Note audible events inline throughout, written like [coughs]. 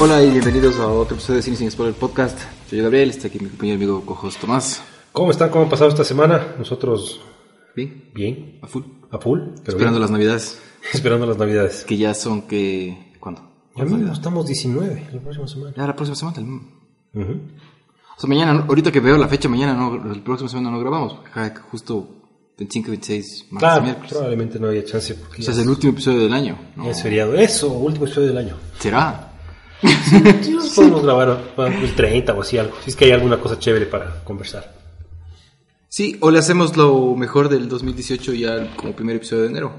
Hola y bienvenidos a otro episodio de Cine Sin Spoiler Podcast. Soy yo Gabriel, está aquí mi compañero y amigo Cojos Tomás. ¿Cómo están? ¿Cómo han pasado esta semana? Nosotros Bien, bien, a full. a full, pero Esperando bien. las navidades, esperando las navidades. que ya son que... ¿Cuándo? Ya mismo estamos 19, la próxima semana. Ya la próxima semana. mm. Ujú. O sea, mañana, ¿no? ahorita que veo la fecha, mañana no, la próxima semana no grabamos. porque ja, Justo 25, 26, martes, Claro, miércoles. probablemente no haya chance porque O sea, es ya el último episodio del año. ¿no? es feriado. Eso, último episodio del año. ¿Será? Podemos grabar ah, el 30 o así algo, si es que hay alguna cosa chévere para conversar. Sí, o le hacemos lo mejor del 2018 ya como primer episodio de enero.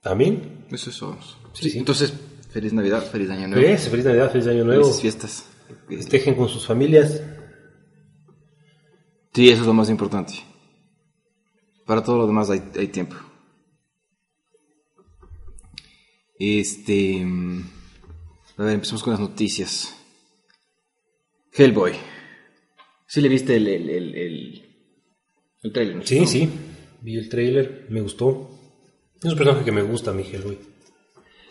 ¿También? Eso es vamos. Sí, sí. Entonces, feliz Navidad, feliz Año Nuevo. Feliz, feliz Navidad, feliz Año Nuevo. Felices fiestas. Festejen con sus familias. Sí, eso es lo más importante. Para todo lo demás hay, hay tiempo. Este. mm, A ver, empezamos con las noticias. Hellboy. ¿Sí le viste el, el, el, el, el trailer? Sí, sí, vi el trailer, me gustó. Es un personaje que me gusta, Miguel, güey.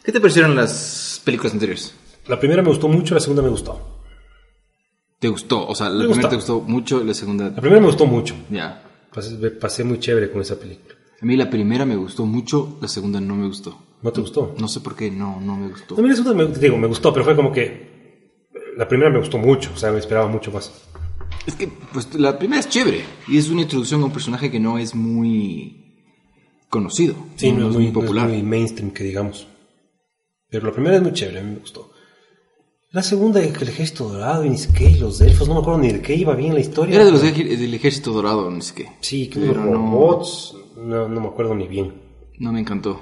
¿Qué te parecieron las películas anteriores? La primera me gustó mucho, la segunda me gustó. ¿Te gustó? O sea, la Me primera gustó. te gustó mucho, la segunda. La primera me gustó mucho. Ya. Pasé, me pasé muy chévere con esa película. A mí la primera me gustó mucho, la segunda no me gustó. ¿No te gustó? No sé por qué, no, no me gustó. También es una, me, digo, me gustó, pero fue como que eh, la primera me gustó mucho, o sea, me esperaba mucho más. Es que, pues, la primera es chévere. Y es una introducción a un personaje que no es muy conocido. no, es muy popular. no es muy mainstream que digamos. Pero la primera es muy chévere, a mí me gustó. La segunda, el gesto dorado, y ni siquiera y los elfos, no me acuerdo ni de qué iba bien la historia. Era de los ej- del Ejército Dorado, no sé qué. Sí, que Pero unos no- robots, no, no me acuerdo ni bien. No me encantó.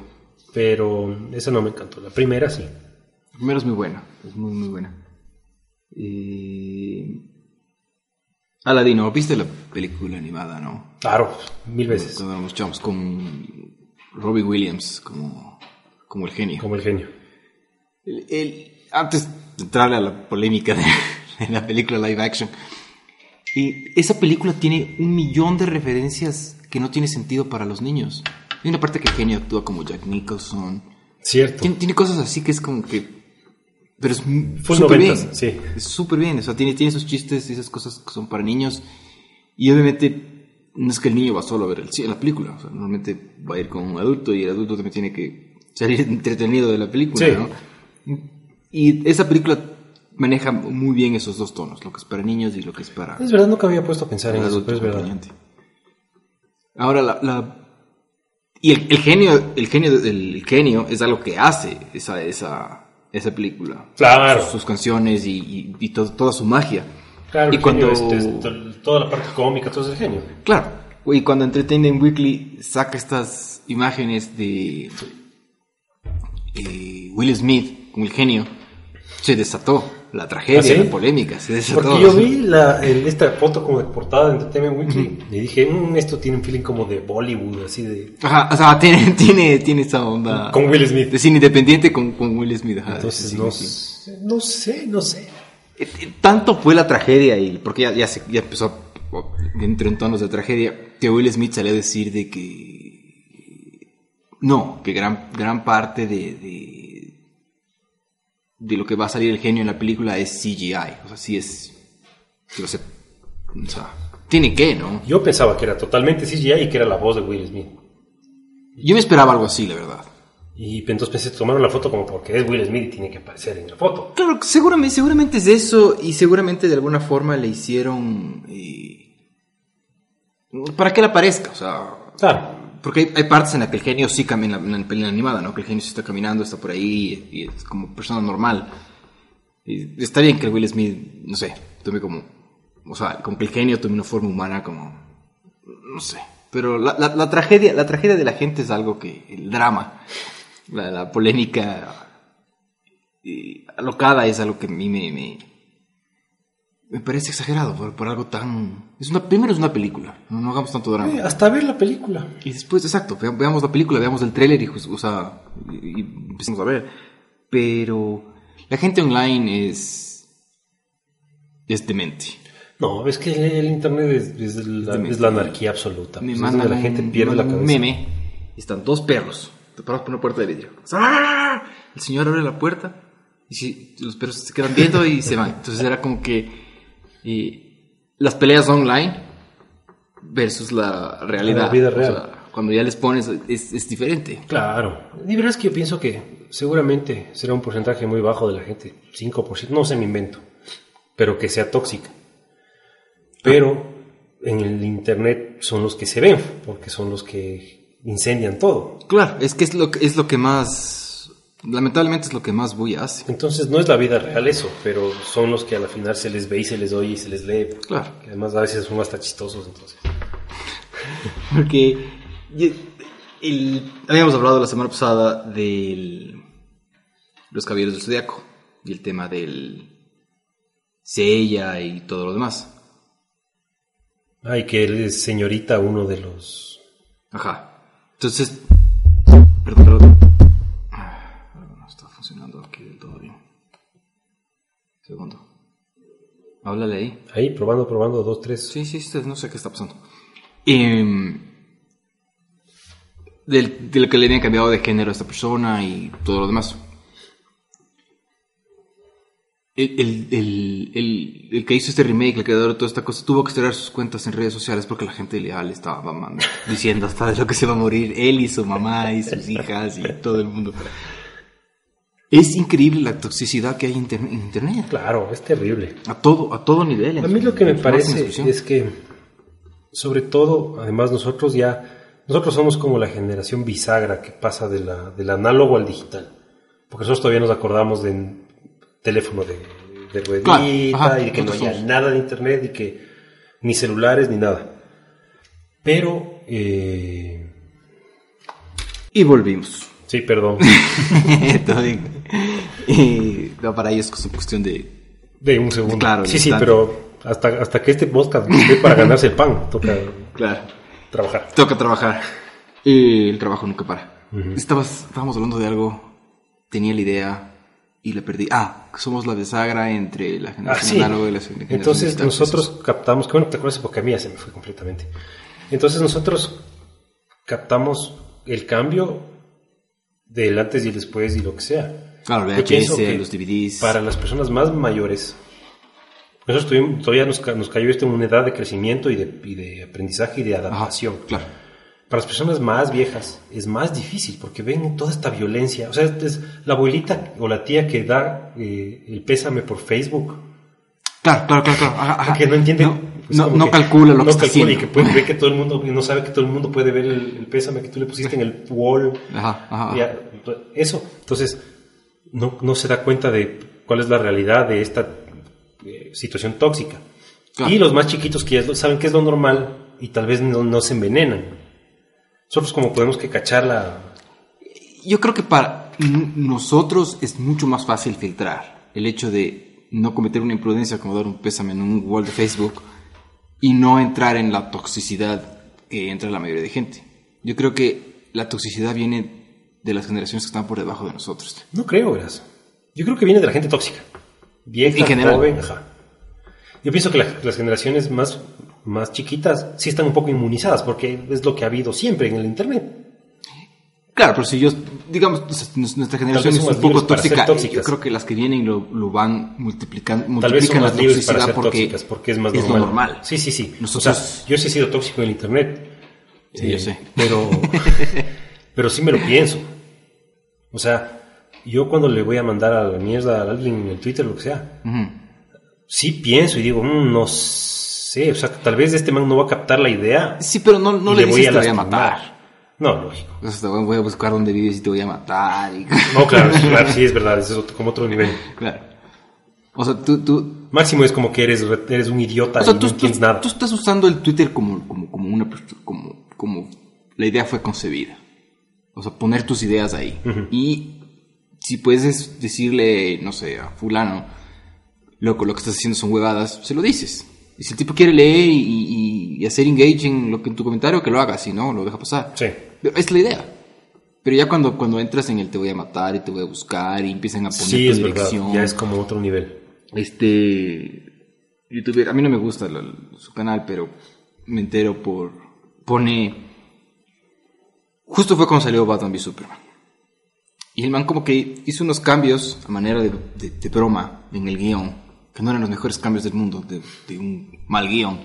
Pero esa no me encantó, la primera sí. La primera es muy buena. Es muy, muy buena. Eh... Aladino, ¿viste la película animada, no? Claro, mil veces, Cuando éramos chavos, con Robbie Williams como, como el genio. como el genio. El- el- antes de entrar a la polémica de, de la película live action, y esa película tiene un millón de referencias que no tiene sentido para los niños. Hay una parte que el genio actúa como Jack Nicholson. Cierto. Tiene, tiene cosas así que es como que... Pero es m- Full súper noventas, bien. sí. Es súper bien. O sea, tiene, tiene esos chistes y esas cosas que son para niños. Y obviamente no es que el niño va solo a ver el, sí, la película. O sea, normalmente va a ir con un adulto y el adulto también tiene que salir [laughs] entretenido de la película. Sí. ¿no? Y esa película maneja muy bien esos dos tonos, lo que es para niños y lo que es para Es verdad, nunca había puesto a pensar en para eso, adultos, pero es verdad. obviamente. Ahora la, la- y el, el genio, el genio, el genio es algo que hace esa esa esa película. Claro. Sus canciones y, y- y to- toda su magia. Claro, y el cuando genio, este, es to- toda la parte cómica, todo es el genio. Claro. Y cuando Entertainment Weekly saca estas imágenes de eh, Will Smith como el genio, se desató la tragedia, ¿Ah, sí? la polémica, se desató. Porque yo vi la, el- esta foto como de portada de Entertainment Weekly y dije, "Mm, esto tiene un feeling como de Bollywood, así de... Ajá, o sea, tiene, tiene, tiene esa onda. Con Will Smith. De cine independiente con, con Will Smith. ajá, de Entonces, cine no, independiente. s- no sé, no sé. Eh, eh, Tanto fue la tragedia, y porque ya, ya, se- ya empezó, a- o- entró en tonos de tragedia, que Will Smith salió a decir de que... No, que gran, gran parte de, de, de lo que va a salir el genio en la película es CGI. O sea, sí es... sí, o sea, o sea, tiene que, ¿no? Yo pensaba que era totalmente CGI y que era la voz de Will Smith. Yo me esperaba algo así, la verdad. Y entonces pensé, tomaron la foto como porque es Will Smith y tiene que aparecer en la foto. Claro, seguramente, seguramente es eso y seguramente de alguna forma le hicieron eh, para que él aparezca, o sea, Claro. porque hay, hay partes en las que el genio sí camina en la, en la película animada, ¿no? Que el genio sí está caminando, está por ahí y es como persona normal. Y está bien que el Will Smith, no sé, tome como, o sea, como que el genio tome una forma humana como, no sé. Pero la, la- la tragedia, la tragedia de la gente es algo que, el drama, la, la polémica eh, alocada es algo que a mí me, me, me parece exagerado por, por algo tan... Es una, primero es una película, no, no hagamos tanto drama. Eh, hasta ver la película. Y después, exacto, vea- veamos la película, veamos el tráiler y, juz- o sea, y, y empecemos a ver. Pero la gente online es. es demente. No, es que el, el internet es, es la, Dime. es la anarquía absoluta. Me Pues es mandan donde la gente un- pierde la un cabeza. meme. y Están dos perros, te paras por una puerta de vidrio. ¡Ah! El señor abre la puerta Y si, los perros se quedan viendo y se van. Entonces era como que y las peleas online versus la realidad. La vida real. cuando ya les pones, es, es diferente. Claro. Y verás que yo pienso que seguramente será un porcentaje muy bajo de la gente, 5%, no sé, me invento, pero que sea tóxica. Pero en el Internet son los que se ven, porque son los que incendian todo. Claro, es que es lo, que- es lo que más. Lamentablemente es lo que más bulla hace. Entonces no es la vida real eso, pero son los que a la final se les ve y se les oye y se les lee. Claro. Que además a veces son hasta chistosos entonces. Porque y- el- habíamos hablado la semana pasada de los caballeros del zodiaco y el tema del Sella y todo lo demás. Ay, que él es señorita uno de los... Ajá. Entonces, perdón, perdón. Ah, No está funcionando aquí del todo bien. Segundo. Háblale ahí. Ahí, probando, probando, dos, tres. Sí, sí, sí, no sé qué está pasando. Em, del- de lo que le habían cambiado de género a esta persona y todo lo demás. El, el- el- el- el que hizo este remake, el creador de toda esta cosa, tuvo que cerrar sus cuentas en redes sociales porque la gente ya le estaba mamando, [laughs] diciendo hasta de lo que se va a morir él y su mamá y sus hijas y todo el mundo. Es increíble la toxicidad que hay en inter- en internet. Claro, es terrible. A todo, a todo nivel. en A mí su- lo que me en su máxima parece expresión. es que, sobre todo, además nosotros ya, nosotros somos como la generación bisagra que pasa de la- del análogo al digital. Porque nosotros todavía nos acordamos de un teléfono de, de ruedita Claro, ajá, y de que no nosotros había somos. nada de internet y que ni celulares ni nada. Pero, eh, Y volvimos. sí, perdón, [laughs] Todo bien. Y, no, para ellos es cuestión de... de un segundo. Claro, sí, sí, instante. pero hasta, hasta que este podcast dé para ganarse el pan, toca Claro. trabajar. Toca trabajar. Y el trabajo nunca para. Estabas, estábamos hablando de algo, tenía la idea y la perdí. Ah, somos la bisagra entre la Ah, generación sí. análoga y la generación Entonces digital. nosotros captamos, que bueno, te acuerdas porque a mí ya se me fue completamente. Entonces nosotros captamos el cambio del antes y el después y lo que sea. Claro, Yo pienso VHS, que los DVDs. Para las personas más mayores, nosotros tuvimos- todavía nos, ca- nos cayó esto en una edad de crecimiento y de, y de aprendizaje y de Ajá, adaptación. claro. Para las personas más viejas es más difícil porque ven toda esta violencia. O sea, es la abuelita o la tía que da eh, el pésame por Facebook. Claro, claro, claro. claro. Ajá, ajá. Ah, que no entiende No, pues, no- como no que calcula lo no que está calcula haciendo. y que puede- ve que todo el mundo y no sabe que todo el mundo puede ver el, el pésame que tú le pusiste en el wall Ajá, ajá. Ya, eso entonces no, no se da cuenta de cuál es la realidad de esta eh, situación tóxica Claro. y los más chiquitos que ya lo- saben que es lo normal y tal vez no, no se envenenan nosotros como podemos que cachar la Yo creo que para n- nosotros es mucho más fácil filtrar el hecho de no cometer una imprudencia como dar un pésame en un wall de Facebook y no entrar en la toxicidad que entra la mayoría de gente. Yo creo que la toxicidad viene de las generaciones que están por debajo de nosotros. No creo, verás. Yo creo que viene de la gente tóxica. Vieja, En general. joven, ajá. Yo pienso que la- las generaciones más, más chiquitas sí están un poco inmunizadas porque es lo que ha habido siempre en el Internet. Claro, pero si yo, digamos, o sea, nos- nuestra generación es son un más poco libres para ser tóxica, tóxicas. yo creo que las que vienen lo, lo van multiplicando, Tal vez son multiplican la más libres para toxicidad ser porque, tóxicas porque es más es normal. lo normal. Sí, sí, sí. Nosotros- O sea, yo sí he sido tóxico en el Internet. Eh, Sí, yo sé. Pero, [laughs] pero sí me lo pienso. O sea, yo cuando le voy a mandar a la mierda a alguien en el Twitter, lo que sea, Ujú. sí pienso y digo, "Mm, no sé, o sea, tal vez este man no va a captar la idea. Sí, pero no, no y le, dices te voy a lastimar". matar. No, lógico. O sea, te voy voy a buscar dónde vives y te voy a matar. y- [laughs] No, claro, sí, claro, sí, es verdad, es otro- como otro nivel. claro. O sea, tú, tú, Máximo es como que eres, re- eres un idiota o sea, y tú, no tú- entiendes nada. tú estás usando el Twitter como, como, como una pers- como, como la idea fue concebida. O sea, poner tus ideas ahí. Y si puedes decirle, no sé, a fulano, loco, lo que estás haciendo son huevadas, se lo dices. Y si el tipo quiere leer y, y- y hacer engage en lo que en tu comentario, que lo haga, si no, lo deja pasar. Sí. Pero es la idea. Pero ya cuando, cuando entras en el te voy a matar y te voy a buscar y empiezan a poner Sí, tu es verdad, dirección. ya es como otro nivel. Este youtuber, a mí no me gusta la- su canal, pero me entero por pone justo fue cuando salió Batman v Superman. Y el man como que hizo unos cambios a manera de, de- de broma en el guión, que no eran los mejores cambios del mundo, de, de un mal guión.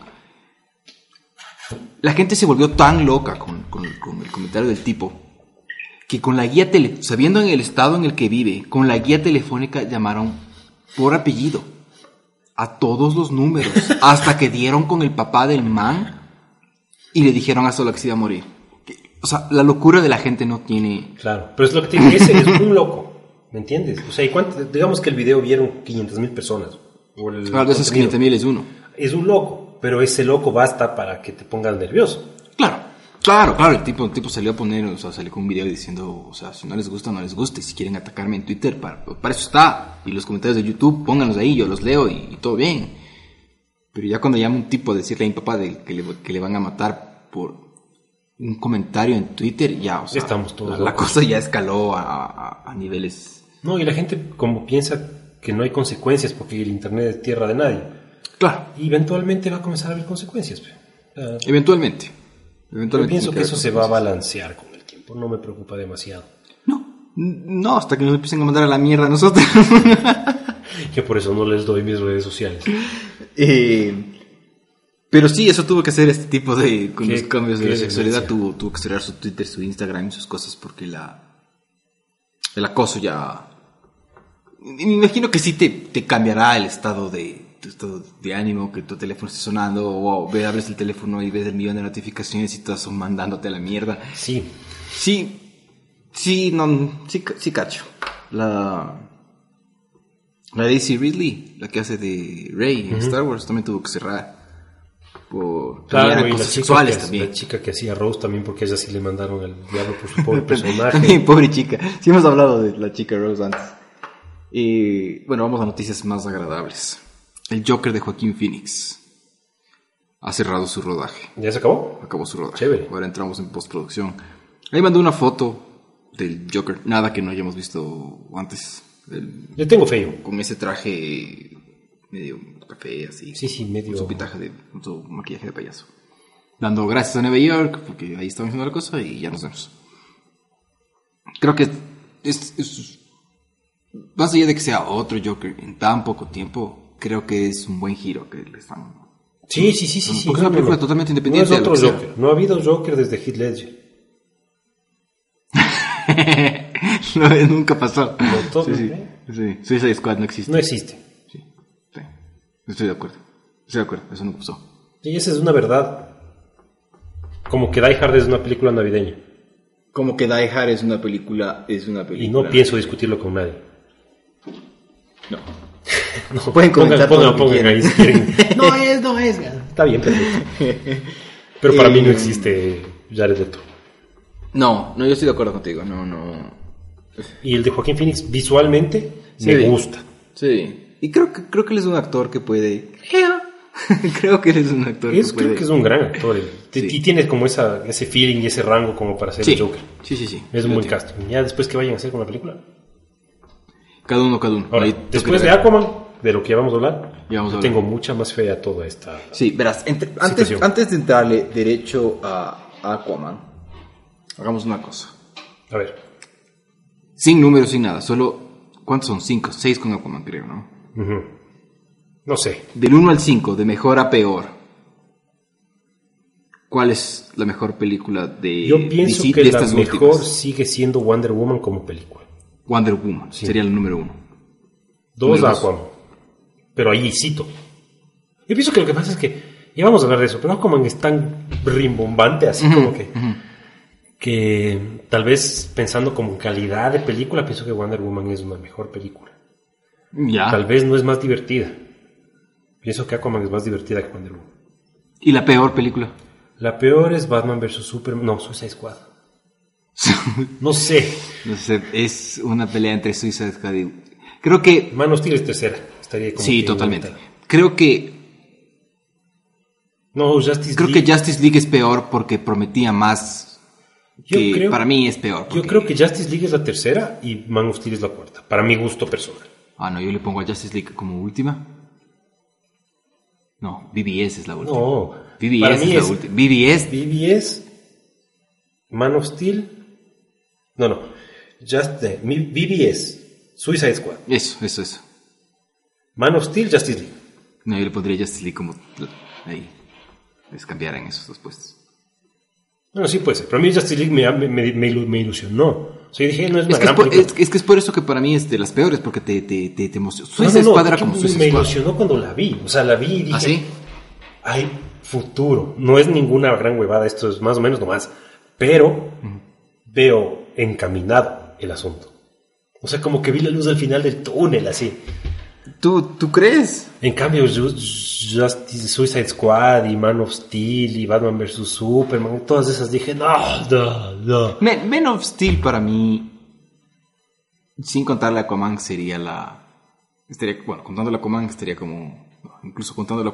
La gente se volvió tan loca con, con- con el comentario del tipo, que con la guía tele, sabiendo en el estado en el que vive, con la guía telefónica llamaron por apellido a todos los números, hasta que dieron con el papá del man y le dijeron a Sola que se iba a morir. Que- O sea, la locura de la gente no tiene... Claro, pero es lo que te digo, ese es un loco, ¿me entiendes? O sea, ¿y cuánto- digamos que el video vieron 500 mil personas. o el Claro, Ah, de esos contenido. 500 mil es uno. Es un loco, pero ese loco basta para que te pongas nervioso. Claro, claro, claro. El tipo, el tipo salió a poner, o sea, salió con un video diciendo, o sea, si no les gusta, no les gusta. Y si quieren atacarme en Twitter, para, para eso está. Y los comentarios de YouTube, pónganlos ahí, yo los leo y, y todo bien. Pero ya cuando llama un tipo a decirle a mi papá de, que, le, que le van a matar por un comentario en Twitter, ya, o sea, Estamos todos la, la locos. cosa ya escaló a, a- a niveles. No, y la gente como piensa que no hay consecuencias porque el Internet es tierra de nadie. Claro, Y eventualmente va a comenzar a haber consecuencias. pe. O sea, eventualmente. yo eventualmente pienso que tiene eso haber se va a balancear con el tiempo, no me preocupa demasiado. No, no, hasta que nos empiecen a mandar a la mierda a nosotros. Yo por eso no les doy mis redes sociales. Eh, pero sí, eso tuvo que hacer este tipo de. Con Qué- los cambios de qué la sexualidad, demencia. tuvo, tuvo que cerrar su Twitter, su Instagram y sus cosas porque la. El acoso ya. Me imagino que sí te, te cambiará el estado de tu estado de ánimo, que tu teléfono esté sonando, o ve, abres el teléfono y ves el millón de notificaciones y todas son mandándote a la mierda. Sí, Sí, sí, no, sí, ca- sí cacho. La, la Daisy Ridley, la que hace de Rey en Star Wars, también tuvo que cerrar por también claro, eran y la cosas chica, sexuales que, también. la chica que hacía Rose también porque ella sí le mandaron al diablo por [laughs] su pobre También, personaje. pobre chica. Sí hemos hablado de la chica Rose antes. Y bueno, vamos a noticias más agradables. El Joker de Joaquín Phoenix ha cerrado su rodaje. ¿Ya se acabó? acabó su rodaje. Chévere. Ahora entramos en postproducción. Ahí mandó una foto del Joker, nada que no hayamos visto antes. El- Le tengo feo. con ese traje medio café, así. Sí, sí, Con medio... su pitaje de. con su maquillaje de payaso. Dando gracias a Nueva York, porque ahí estamos haciendo la cosa y ya nos vemos. Creo que es, es- Más allá de que sea otro Joker en tan poco tiempo, creo que es un buen giro que le están Sí, sí, sí, sí. sí ah, Porque es una película totalmente independiente No de es lo otro que sea. Joker. No ha habido Joker desde Heath Ledger. [laughs] No, nunca pasó. todo- sí, sí, sí. Suicide Squad no existe. No existe. Sí, sí. Estoy de acuerdo. Estoy de acuerdo. Eso no pasó. Y esa es una verdad. Como que Die Hard es una película navideña. Como que Die Hard es una película. Es una Y no pienso discutirlo con nadie. No. [laughs] No, Pueden comentar todo pongan, pongan, lo que quieran. pongan ahí si quieren. [laughs] No es, no es. Está bien, perfecto. Pero para mí no Eh, existe Jared Leto. No, no, yo estoy de acuerdo contigo. No, no. Y el de Joaquín Phoenix visualmente Sí. me gusta. Sí. Y creo que, creo que él es un actor que puede. [laughs] creo que él es un actor Es, que puede. creo que es un gran actor. [laughs] el- te- Sí. Y tiene como esa, ese feeling y ese rango como para ser sí. el Joker. sí, sí, sí. Es Yo un buen te- casting. Ya después que vayan a hacer con la película. Cada uno, cada uno. Ahora, Ahí tengo después que- de Aquaman, de lo que ya vamos a hablar, Ya vamos a yo hablar. tengo mucha más fe a toda esta. Sí, verás, entre- antes, Situación. antes de entrarle derecho a a Aquaman, hagamos una cosa. A ver. Sin números, sin nada, solo, ¿cuántos son? Cinco, seis con Aquaman, creo, ¿no? ujú. No sé. Del 1 al 5, de mejor a peor. ¿Cuál es la mejor película de Yo pienso DC que de la estas mejor últimas? sigue siendo Wonder Woman como película. Wonder Woman sería el número uno. Dos Número a dos. Aquaman. Pero ahí cito. Yo pienso que lo que pasa es que. Ya vamos a hablar de eso, pero Aquaman es tan rimbombante, así como que. Que tal vez pensando como en calidad de película, pienso que Wonder Woman es una mejor película. Ya. Tal vez no es más divertida. Pienso que Aquaman es más divertida que Wonder Woman. ¿Y la peor película? La peor es Batman vs Superman. No, [laughs] Suicide Squad. No sé. no sé, es una pelea entre Suicide Squad y... Creo que Man of Steel es tercera. Estaría como Sí, que totalmente. inventada. Creo que No, Justice creo League- que Justice League es peor porque prometía más. Yo Que creo- para mí es peor. Yo porque- creo que Justice League es la tercera y Man of Steel es la cuarta. Para mi gusto personal. Ah, no, yo le pongo a Justice League como última. No, BBS es la última. No. BBS para es mí la es última. BBS. BBS, Man of Steel. No, no. Just, eh, mi- BBS, Suicide Squad, Eso, eso, eso. Man of Steel, Justice League. No, yo le pondría Justice League como ahí. Les cambiaran esos dos puestos. Bueno, sí puede ser, pero a mí Justice League me, me- me- me ilu- me ilusionó. O sea, yo dije, no es una Es que es, gran por, película. es, es que es por eso que para mí es de las peores, porque te, te, te, te emociona. No, no, Suicide no, Squad era es que como Suicide Me Squad. ilusionó cuando la vi, o sea, la vi y dije, ¿Ah, sí? hay futuro. No es ninguna gran huevada, esto es más o menos nomás. Pero veo encaminado el asunto. O sea, como que vi la luz al final del túnel, así. ¿Tú, ¿Tú crees? En cambio, Ju- Justice Suicide Squad y Man of Steel y Batman vs. Superman, todas esas dije, no, no, no. Me- Men of Steel para mí, sin contar la Aquaman, sería la... Estaría, bueno, contando la Aquaman estaría como... Incluso contando la...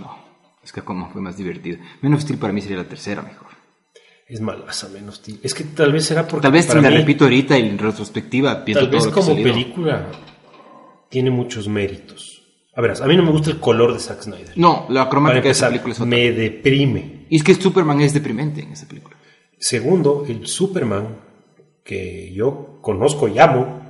No, es que Aquaman fue más divertido. Men of Steel para mí sería la tercera mejor. Es malaza Man of Steel. Es que tal vez será porque Tal vez si para la mí, repito ahorita y en retrospectiva pienso Tal vez todo lo que ha como salido. película tiene muchos méritos. A ver, a mí no me gusta el color de Zack Snyder. No, la Para cromática de esa empezar, película es otra. me deprime. Y es que Superman es deprimente en esa película. Segundo, el Superman que yo conozco y amo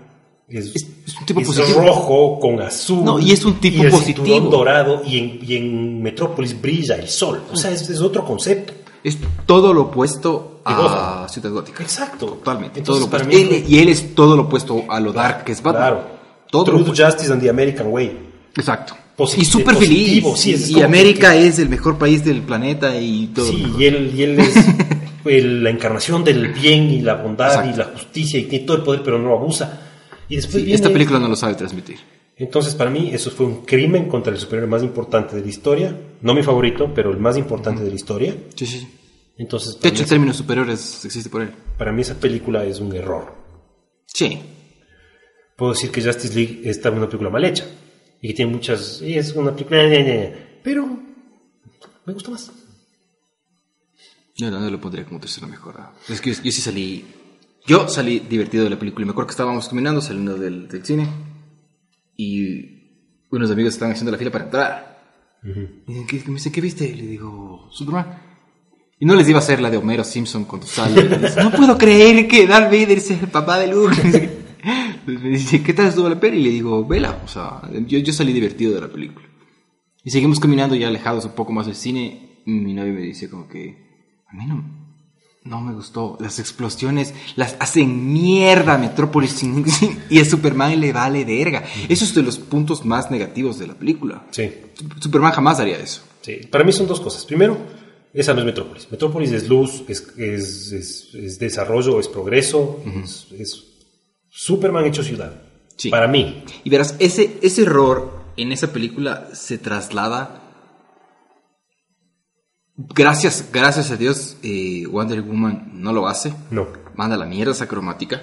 es, Es- es un tipo es positivo. rojo con azul. No, y es un tipo y el positivo. cinturón dorado y en, y en Metrópolis brilla el sol. O sea, es, es otro concepto. Es todo lo opuesto Y a Ciudad Gótica. Exacto. Totalmente. Entonces, todo lo para opuesto. mí- Él- y él es todo lo opuesto a lo dark que es Batman. Claro. Todo lo True opuesto. Justice and the American Way. Exacto. Posi- y súper feliz. positivo, sí, es y como América es el mejor país del planeta y todo. Sí, y él, y él es el- la encarnación del bien y la bondad y Exacto. la justicia y tiene todo el poder, pero no abusa. Y después Sí, esta viene- película no lo sabe transmitir. Entonces, para mí, eso fue un crimen contra el superhéroe más importante de la historia. No mi favorito, pero el más importante de la historia. Sí, sí, sí. Entonces, para, De mí, hecho, el término superiores existe por él. para mí esa película es un error. Sí. Puedo decir que Justice League está una película mal hecha. Y que tiene muchas... y Es una película... ña, ña, ña, Pero me gusta más. Yo no, no lo pondría como tercera mejor. ah. Es que yo, yo sí salí. Yo salí divertido de la película. Y Me acuerdo que estábamos caminando, saliendo del, del cine. Y unos amigos estaban haciendo la fila para entrar. Y dicen, "¿Qué- qué- me dicen, ¿qué viste? Y le digo, Superman. Y no les iba a hacer la de Homero Simpson cuando sale. Y dice, no puedo creer que Darth Vader sea el papá de Luke. [laughs] pues me dice, ¿qué tal estuvo la peli? Y le digo, vela. O sea, yo, yo salí divertido de la película. Y seguimos caminando ya alejados un poco más del cine. y Mi novia me dice como que a mí no, no me gustó. Las explosiones las hacen mierda a Metrópolis sin- sin- [laughs] y a Superman le vale verga. Eso es de los puntos más negativos de la película. Sí, Sup- Superman jamás haría eso. sí. Para mí son dos cosas. Primero, esa no es Metrópolis. Metrópolis es luz, es, es, es- es desarrollo, es progreso. es, es Superman hecho ciudad. Sí. Para mí. Y verás, ese, ese error en esa película se traslada. Gracias, gracias a Dios, eh, Wonder Woman no lo hace. No. Manda la mierda esa cromática.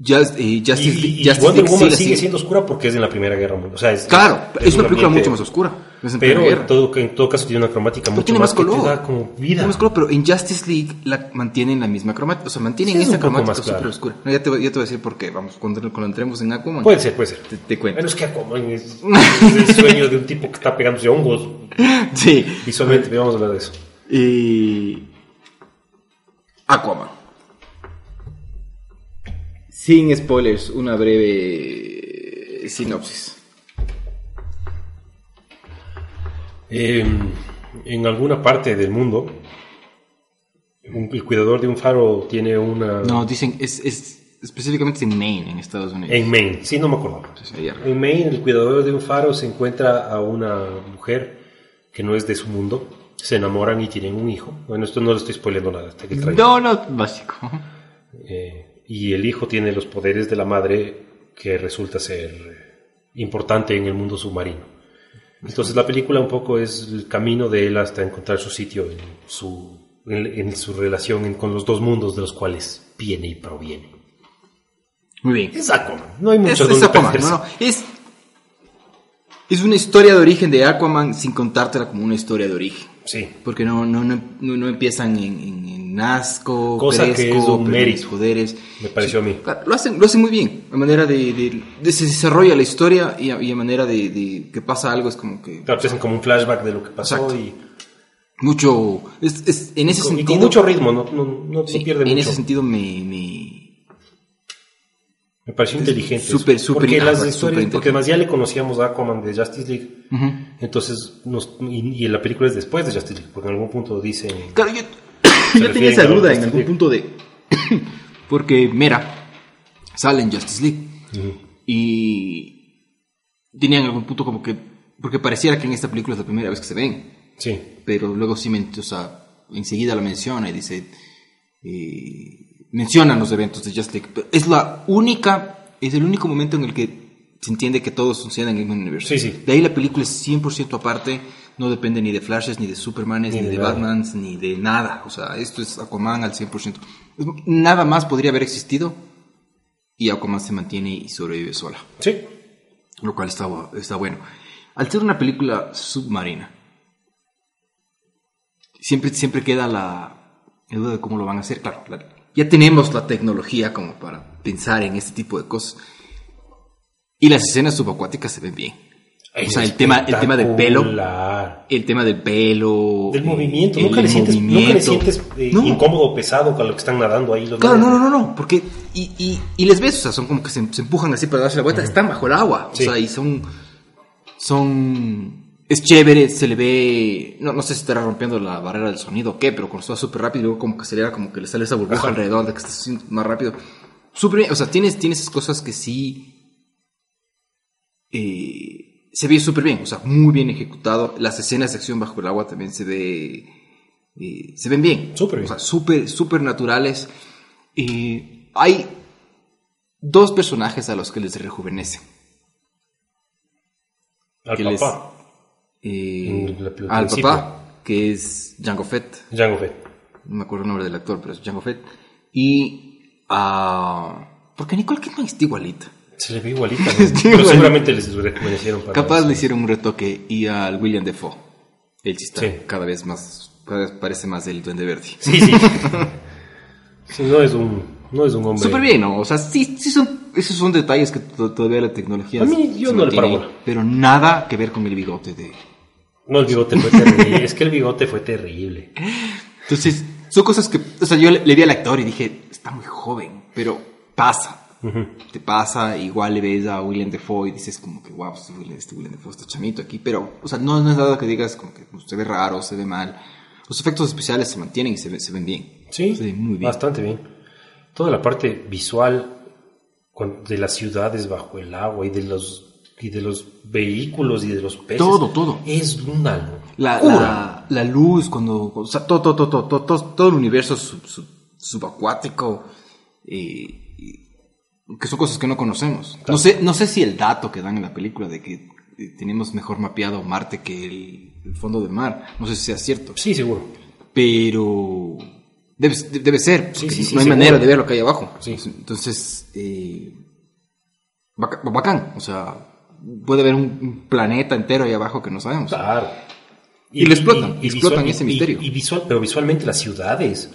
Just, eh, Justice Y- League- y, Justice Wonder League Woman sí la sigue sigue. siendo oscura porque es en la Primera Guerra Mundial. O sea, es, Claro, es, un una película ambiente- mucho más oscura. Es en Pero Primera Guerra. en todo, en todo caso tiene una cromática Pero mucho tiene más que te color. da como vida. Tiene más color, pero en Justice League la mantienen la misma cromática. O sea, mantienen Sí, es esa un poco cromática más súper clara. oscura. No, ya, te, voy- ya te voy a decir por qué. Vamos, cuando, cuando entremos en Aquaman, Puede ser, puede ser. te, te cuento. Menos que Aquaman es, es el sueño de un tipo que está pegándose hongos. sí. Visualmente, vamos a hablar de eso. Y. Aquaman. Sin spoilers, una breve sinopsis. Eh, en alguna parte del mundo, un- el cuidador de un faro tiene una... No, dicen, es, es específicamente en Maine, en Estados Unidos. En Maine, sí, no me acuerdo. Entonces, ahí arriba. En Maine, el cuidador de un faro se encuentra a una mujer que no es de su mundo. Se enamoran y tienen un hijo. Bueno, esto no lo estoy spoileando nada hasta que el trailer. Donut básico. Eh, y el hijo tiene los poderes de la madre que resulta ser eh, importante en el mundo submarino. Entonces la película un poco es el camino de él hasta encontrar su sitio en su, en, en su relación en- con los dos mundos de los cuales viene y proviene. Muy bien. Es Aquaman. No hay mucho Es, es donde Aquaman, perderse. no, no, Es, es una historia de origen de Aquaman sin contártela como una historia de origen. Sí. Porque no, no, no, no- no empiezan en, en, en asco, Cosa que es un perdiendo mérito. sus poderes. Me pareció a mí. Claro, Lo hacen, lo hacen muy bien. A manera de, de- de- se desarrolla la historia y a, y a manera de, de que pasa algo es como que Claro, te hacen como un flashback de lo que pasó Exacto. y, mucho es, es- en ese con, y con sentido mucho ritmo, no, no, no- no sí, pierde en mucho. ese sentido me, me, Me pareció inteligente. eso. súper, súper Porque las Harvard, súper historias, porque inteligente. además ya le conocíamos a Aquaman de Justice League. Ujú. Entonces, nos, y, y la película es después de Justice League, porque en algún punto dicen. Claro, [coughs] yo, yo tenía refieren esa a duda en Justice algún League. punto de... [coughs] porque Mera sale en Justice League y tenían algún punto como que... Porque pareciera que en esta película es la primera vez que se ven, Sí, pero luego sí, men- o sea, enseguida la menciona y dice... eh, menciona los eventos de Justice League. pero Es la única, es el único momento en el que se entiende que todos suceden en el mismo universo. Sí, sí. De ahí la película es 100% aparte, no depende ni de Flashes, ni de Supermanes, ni, Ni de de nada. Batmans, ni de nada. O sea, esto es Aquaman al 100%. Es- Nada más podría haber existido y Aquaman se mantiene y sobrevive sola, sí. lo cual está, bu- está bueno. Al ser una película submarina, siempre, siempre queda la la duda de cómo lo van a hacer. Claro, la- ya tenemos la tecnología como para pensar en este tipo de cosas. Y las escenas subacuáticas se ven bien. O sea, el tema- el tema del pelo. Espectacular. El tema del pelo. Del eh, movimiento. el Nunca le sientes, nunca le movimiento. sientes eh, No. incómodo o pesado con lo que están nadando ahí. Los Claro, no, manes. no, no, no. Porque. Y, y, y les ves, o sea, son como que se, se empujan así para darse la vuelta. Están bajo el agua. Sí. O sea, y son. Son. Es chévere, se le ve. No, no sé si estará rompiendo la barrera del sonido o qué, pero cuando está súper rápido, luego como que se le da como que le sale esa burbuja Ajá. alrededor de que está haciendo más rápido. Súper bien, O sea, tienes, tienes esas cosas que sí. eh, se ve súper bien, o sea, muy bien ejecutado. Las escenas de acción bajo el agua también se ve. eh, se ven bien. Súper bien. O sea, súper, súper naturales. Eh, hay dos personajes a los que les rejuvenecen. Al que les- papá, Eh, Mm, la- la- al principio. papá, que es Jango Fett. Jango Fett. No me acuerdo el nombre del actor, pero es Jango Fett. Y a... porque Nicole Kidman está igualita. Se le [laughs] ve igualita. ¿no? Pero igualita. seguramente les reconocieron para. Capaz le hicieron un retoque y al William Defoe. Él sí está Sí. cada vez más... Cada vez parece más el Duende Verde. Sí, sí. [laughs] Sí, no es un, no es un hombre. Súper bien, ¿no? O sea, sí, sí son... Esos son detalles que to- todavía la tecnología... A mí yo se no mantiene le paro ahí, bola. Pero nada que ver con el bigote de... No, el bigote fue terrible. es que el bigote fue terrible. Entonces, son cosas que... O sea, yo le, le vi al actor y dije, está muy joven, pero pasa. Ujú. te pasa, igual le ves a William Defoe y dices como que, wow, este William, este Willem Dafoe está chamito aquí, pero, o sea, no, no es nada que digas como que pues, se ve raro, se ve mal. Los efectos especiales se mantienen y se, ve- se ven bien. Sí, Se ven muy bien. bastante bien. Toda la parte visual con- de las ciudades bajo el agua y de los y de los vehículos y de los peces. Todo, todo. Es una locura. La, la, la luz, cuando, o sea, todo, todo, todo, todo, todo, todo, todo el universo sub- sub- subacuático, eh, y- que son cosas que no conocemos. No sé, no sé si el dato que dan en la película de que eh, tenemos mejor mapeado Marte que el, el fondo del mar, no sé si sea cierto. Sí, seguro. pero debe, de- debe ser, porque sí, sí, no hay seguro. manera de ver lo que hay abajo. Sí. Entonces, eh, baca- bacán, o sea, puede haber un- un planeta entero ahí abajo que no sabemos. Claro. Y lo explotan, explotan ese y- misterio. Y, visual, pero visualmente las ciudades.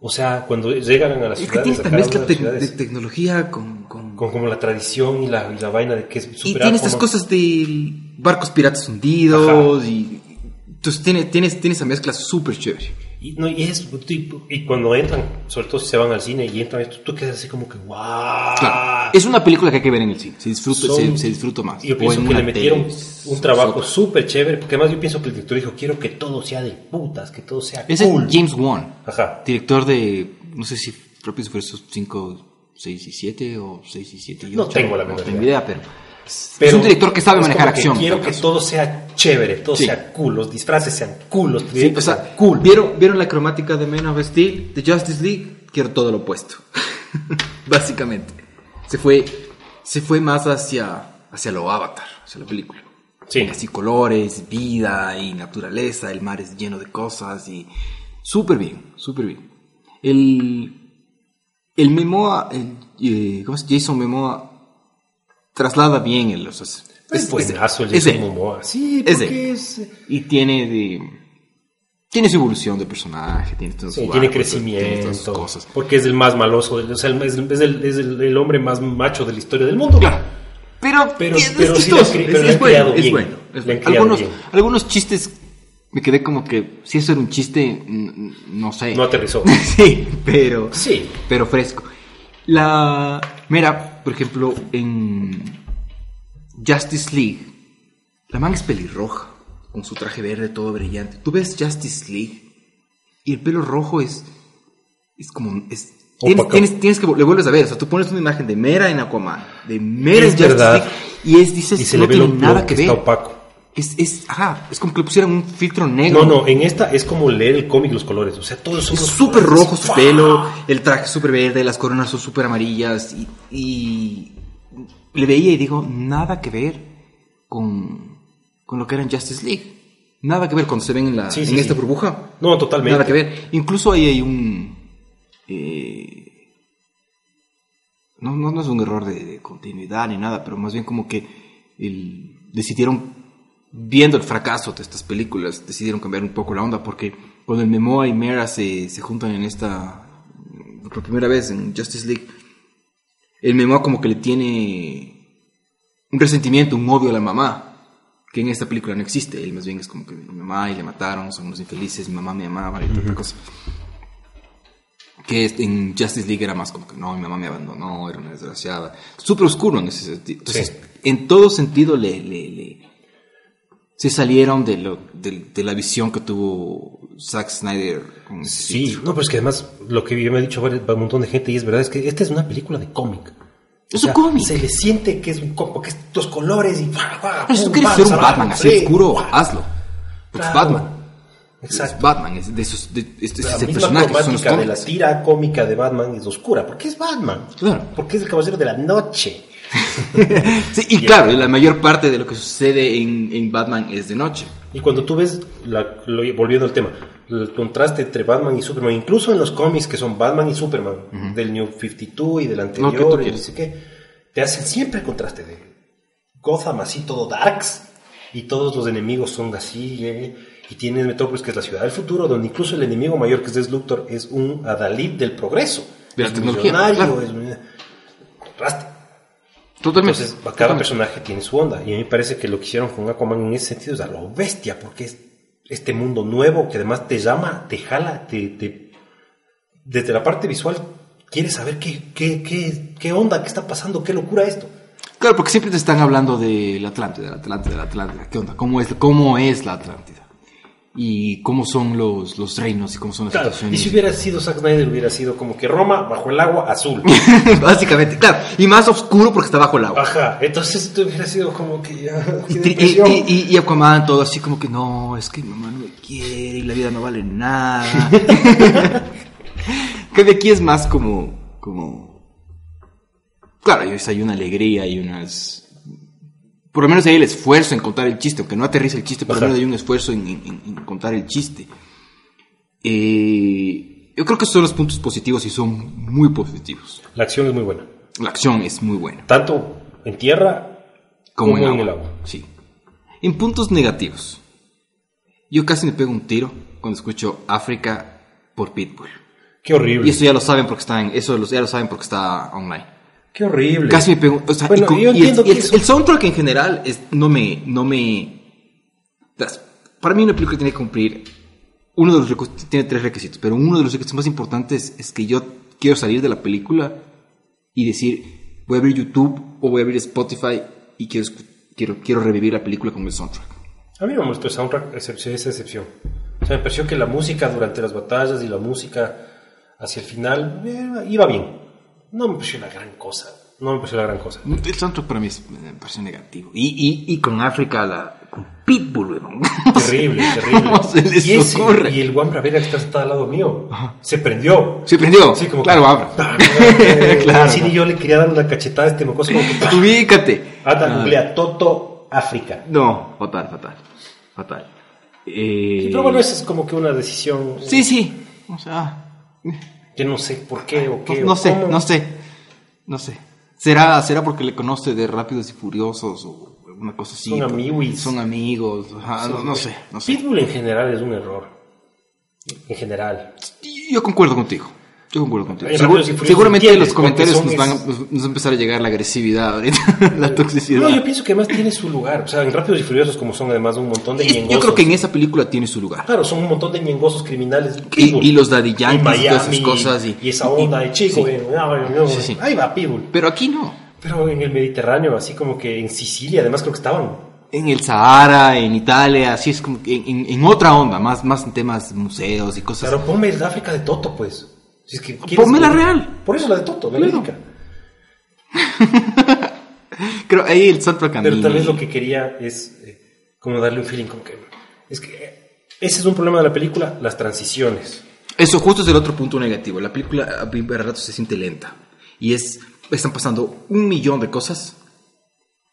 O sea, cuando llegan a las Es que ciudades, tienes esta a cada mezcla una de tec- las de ciudades, tecnología con... con- con como la tradición y la, y la vaina de que es y súper tiene estas Aquaman. cosas de barcos piratas hundidos Ajá. y... y- Entonces tiene, tienes, tienes esa mezcla súper chévere. Y, no, y, es, tipo- y cuando entran, sobre todo si se van al cine y entran, tú, tú quedas así como que, ¡guau! Claro, es una película que hay que ver en el cine. Se disfruta, Ah. Son- se, se disfruta más. Yo O pienso en que una le metieron tele, un trabajo sopa. súper chévere, porque además yo pienso que el director dijo, quiero que todo sea de putas, que todo sea Ese cool. es James Wan. Ajá. Director de, no sé si Rápidos y Furiosos 5, 6 y 7 o 6 y 7 y No 8, tengo la menor No tengo idea. idea, pero, es un director que sabe es manejar como que acción. Quiero por que acaso. todo sea chévere, todo Sí. sea cool, los disfraces sean cool, los Sí, o proyectos sea, sean cool. ¿vieron, ¿Vieron la cromática de Men of Steel, de Justice League? Quiero todo lo opuesto. [laughs] Básicamente. Se fue, se fue más hacia, hacia lo avatar, hacia la película. Sí. Así colores, vida y naturaleza, el mar es lleno de cosas y... Súper bien, súper bien. El, el Memoa, el, eh, ¿cómo es? Jason Memoa traslada bien el... o sea, es- Es es- buenazo el es Jason él. Momoa. Sí, Es porque él. es... Y tiene de. Tiene su evolución de personaje, pues, tiene, todos Sí, sus tiene arcos, tiene crecimiento, todas sus cosas. porque es el más maloso, del- o sea, el- es, el, es el- es el- el hombre más macho de la historia del mundo. Claro. Pero, Pero- es pero sí chistoso, le han cri- es- pero le es han bueno, criado es bien, bueno, es le han bueno. criado Algunos, bien. algunos chistes me quedé como que si eso era un chiste, n- no sé. [laughs] No aterrizó. sí, pero. Sí. Pero fresco. La. Mira, por ejemplo, en Justice League, la man es pelirroja, con su traje verde todo brillante. Tú ves Justice League y el pelo rojo es. Es como. Es, tienes, Opaco. tienes- tienes que. Le vuelves a ver. O sea, tú pones una imagen de Mera en Aquaman, de Mera Es en Justice verdad. League y es, dices, Y se no le ve tiene lo, nada lo que que está ver. opaco. Es, es, ajá, es como que le pusieran un filtro negro. No, no, en esta es como leer el cómic los colores. O sea, todos son Es los súper colores. rojo su pelo, el traje es súper verde, las coronas son súper amarillas y, y le veía y digo, nada que ver con, con lo que era en Justice League. Nada que ver cuando se ven en, la, Sí, en sí, esta sí. burbuja. No, totalmente. Nada que ver. Incluso ahí hay un... eh, no, no, no es un error de, de continuidad ni nada, pero más bien como que el- decidieron, viendo el fracaso de estas películas, decidieron cambiar un poco la onda, porque cuando el Memoa y Mera se, se juntan en esta... por primera vez en Justice League, el Memoa como que le tiene un resentimiento, un odio a la mamá. Que en esta película no existe. Él más bien es como que mi mamá y le mataron, son unos infelices, mi mamá me amaba y tanta cosa. Que es- en Justice League era más como que no, mi mamá me abandonó, era una desgraciada. Súper oscuro en ese sentido. Entonces, en todo sentido le, le- le- se salieron de, lo, de, de la visión que tuvo Zack Snyder. con Ah, ese Sí, filtro. no, pero es que además lo que yo me ha dicho varias- un montón de gente y es verdad es que esta es una película de cómic. O Es un sea, cómic. Se le siente que es un cómic, que es los colores y... Pero si tú quieres ser un Batman así oscuro, hazlo. Porque es Claro. Batman. Es Exacto. Batman, es de esos, de, este- La ese misma personaje, son los cromática de la cómics. tira cómica de Batman es oscura, porque es Batman. Claro. Porque es el caballero de la noche. Sí, y claro, la mayor parte de lo que sucede en, en Batman es de noche. Y cuando tú ves, la- lo- volviendo al tema, el contraste entre Batman y Superman, incluso en los cómics que son Batman y Superman, del New 52 y del Lo que tú anterior, y no quieras. sé qué, te hacen siempre el contraste de Gotham así todo darks, y todos los enemigos son así, eh, y tienes Metrópolis, que es la ciudad del futuro, donde incluso el enemigo mayor, que es Lex Luthor, es un adalid del progreso. De la Es tecnología, millonario, claro. es un- Contraste. Totalmente. Entonces, cada personaje tiene su onda. Y a mí me parece que lo que hicieron con Aquaman en ese sentido es a lo bestia, porque es este mundo nuevo que además te llama, te jala, te, te- desde la parte visual quieres saber qué, qué, qué, qué onda, qué está pasando, qué locura esto. Claro, porque siempre te están hablando del Atlántida, la Atlántida, la Atlántida. ¿Qué onda? ¿Cómo es, cómo es la Atlántida? Y cómo son los, los reinos y cómo son las Claro, [laughs] y situaciones. si hubiera sido Zack Snyder, hubiera sido como que Roma bajo el agua [laughs] azul. Básicamente, claro. Y más oscuro porque está bajo el agua. Ajá, entonces esto hubiera sido como que ya. Y, qué tri- y- depresión. y- y- y Aquaman todo así como que no, es que mi mamá no me quiere y la vida no vale nada. que de aquí es más como, como... Claro, y es- hay una alegría y unas... Por lo menos hay el esfuerzo en contar el chiste, aunque no aterriza el chiste, por lo Ajá. menos hay un esfuerzo en, en- en- en contar el chiste. Eh, yo creo que esos son los puntos positivos y son muy positivos. La acción es muy buena. La acción es muy buena Tanto en tierra como, en, el agua. agua. Sí. En puntos negativos, yo casi me pego un tiro cuando escucho África por Pitbull. Qué horrible. Y eso ya lo saben porque está en, eso lo- ya lo saben porque está online. Qué horrible. Casi me pego, o sea, y Bueno, con- yo y el- entiendo y que el, es- el soundtrack en general es- no me, no me, das- para mí una película tiene que cumplir uno de los requisitos, tiene tres requisitos, pero uno de los requisitos más importantes es que yo quiero salir de la película y decir, voy a abrir YouTube o voy a abrir Spotify y quiero, escu- quiero, quiero revivir la película con el soundtrack. A mí no me molestó el soundtrack, excepción, esa excepción. O sea, me pareció que la música durante las batallas y la música hacia el final eh, iba bien. No me pareció la gran cosa. No me pareció la [laughs] gran cosa. El soundtrack para mí es, me pareció negativo. Y, y, y con África, la, con Pitbull, weón. [laughs] Terrible, terrible. ¿Cómo se les y, ese- ocurre? y el Juan Bravera que está sentado al lado mío se prendió. ¿Se prendió? Sí, como claro, que- "Ah, África. [laughs] Claro. Sí, yo le quería dar una cachetada a este mocoso. Como que, ¡pah! Ubícate. [laughs] Ah, Anda, googlea Toto África. No, fatal, fatal. Fatal. Eh, Y luego no es como que una decisión Sí, sí. O sea, que no sé por qué o Pues qué. no, no o sé, cómo. no sé. No sé. ¿Será, será porque le conoce de Rápidos y Furiosos o una cosa así. Son amiguis. Son amigos. ajá, no, no sé, no sé. Pitbull en general es un error. En general. Yo concuerdo contigo. Yo concuerdo contigo. Ay, Segu- rápidos y furiosos, seguramente en ¿entiendes? los comentarios nos, Porque van, son a- nos nos va a empezar a llegar la agresividad [laughs] ahorita, la toxicidad. No, yo pienso que además tiene su lugar. O sea, en Rápidos y Furiosos, como son además un montón de Es- ñengosos. yo creo que en esa película tiene su lugar. Claro, son un montón de ñengosos criminales. Pitbull. y los Daddy Yankees, Y Miami, todas esas cosas, y- Y, esa onda de chico. sí. eh, ah, bueno, no, Sí, sí. Ahí va Pitbull. Pero aquí no. Pero en el Mediterráneo, así como que en Sicilia, además creo que estaban. En el Sahara, en Italia, así es como que en, en- en otra onda, más, más en temas museos y cosas. Claro, ponme el África de Toto, pues. Si es que quieres- Ponme la real. Por eso la de Toto, la Claro. lírica. Creo ahí el soundtrack a Pero mí- tal vez lo que quería es eh, como darle un feeling como que... Es que eh, ese es un problema de la película, las transiciones. Eso justo es el otro punto negativo. La película a a ratos se siente lenta. Y es, están pasando un millón de cosas.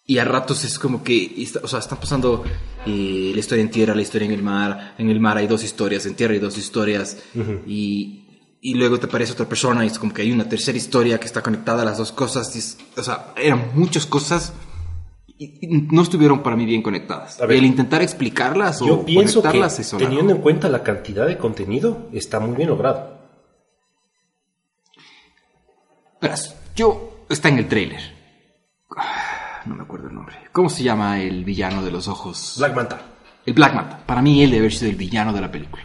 Y a ratos es como que, está- o sea, están pasando eh, la historia en tierra, la historia en el mar. En el mar hay dos historias, en tierra hay dos historias. y, y luego te aparece otra persona y es como que hay una tercera historia que está conectada a las dos cosas. y es- o sea, eran muchas cosas. Y, y no estuvieron para mí bien conectadas. A ver. y el intentar explicarlas o Yo pienso que conectarlas eso no. teniendo en cuenta la cantidad de contenido, está muy bien logrado. Verás, yo. Está en el tráiler. Ah, No me acuerdo el nombre. ¿Cómo se llama el villano de los ojos? Black Manta. El Black Manta. Para mí, él debe haber sido el villano de la película.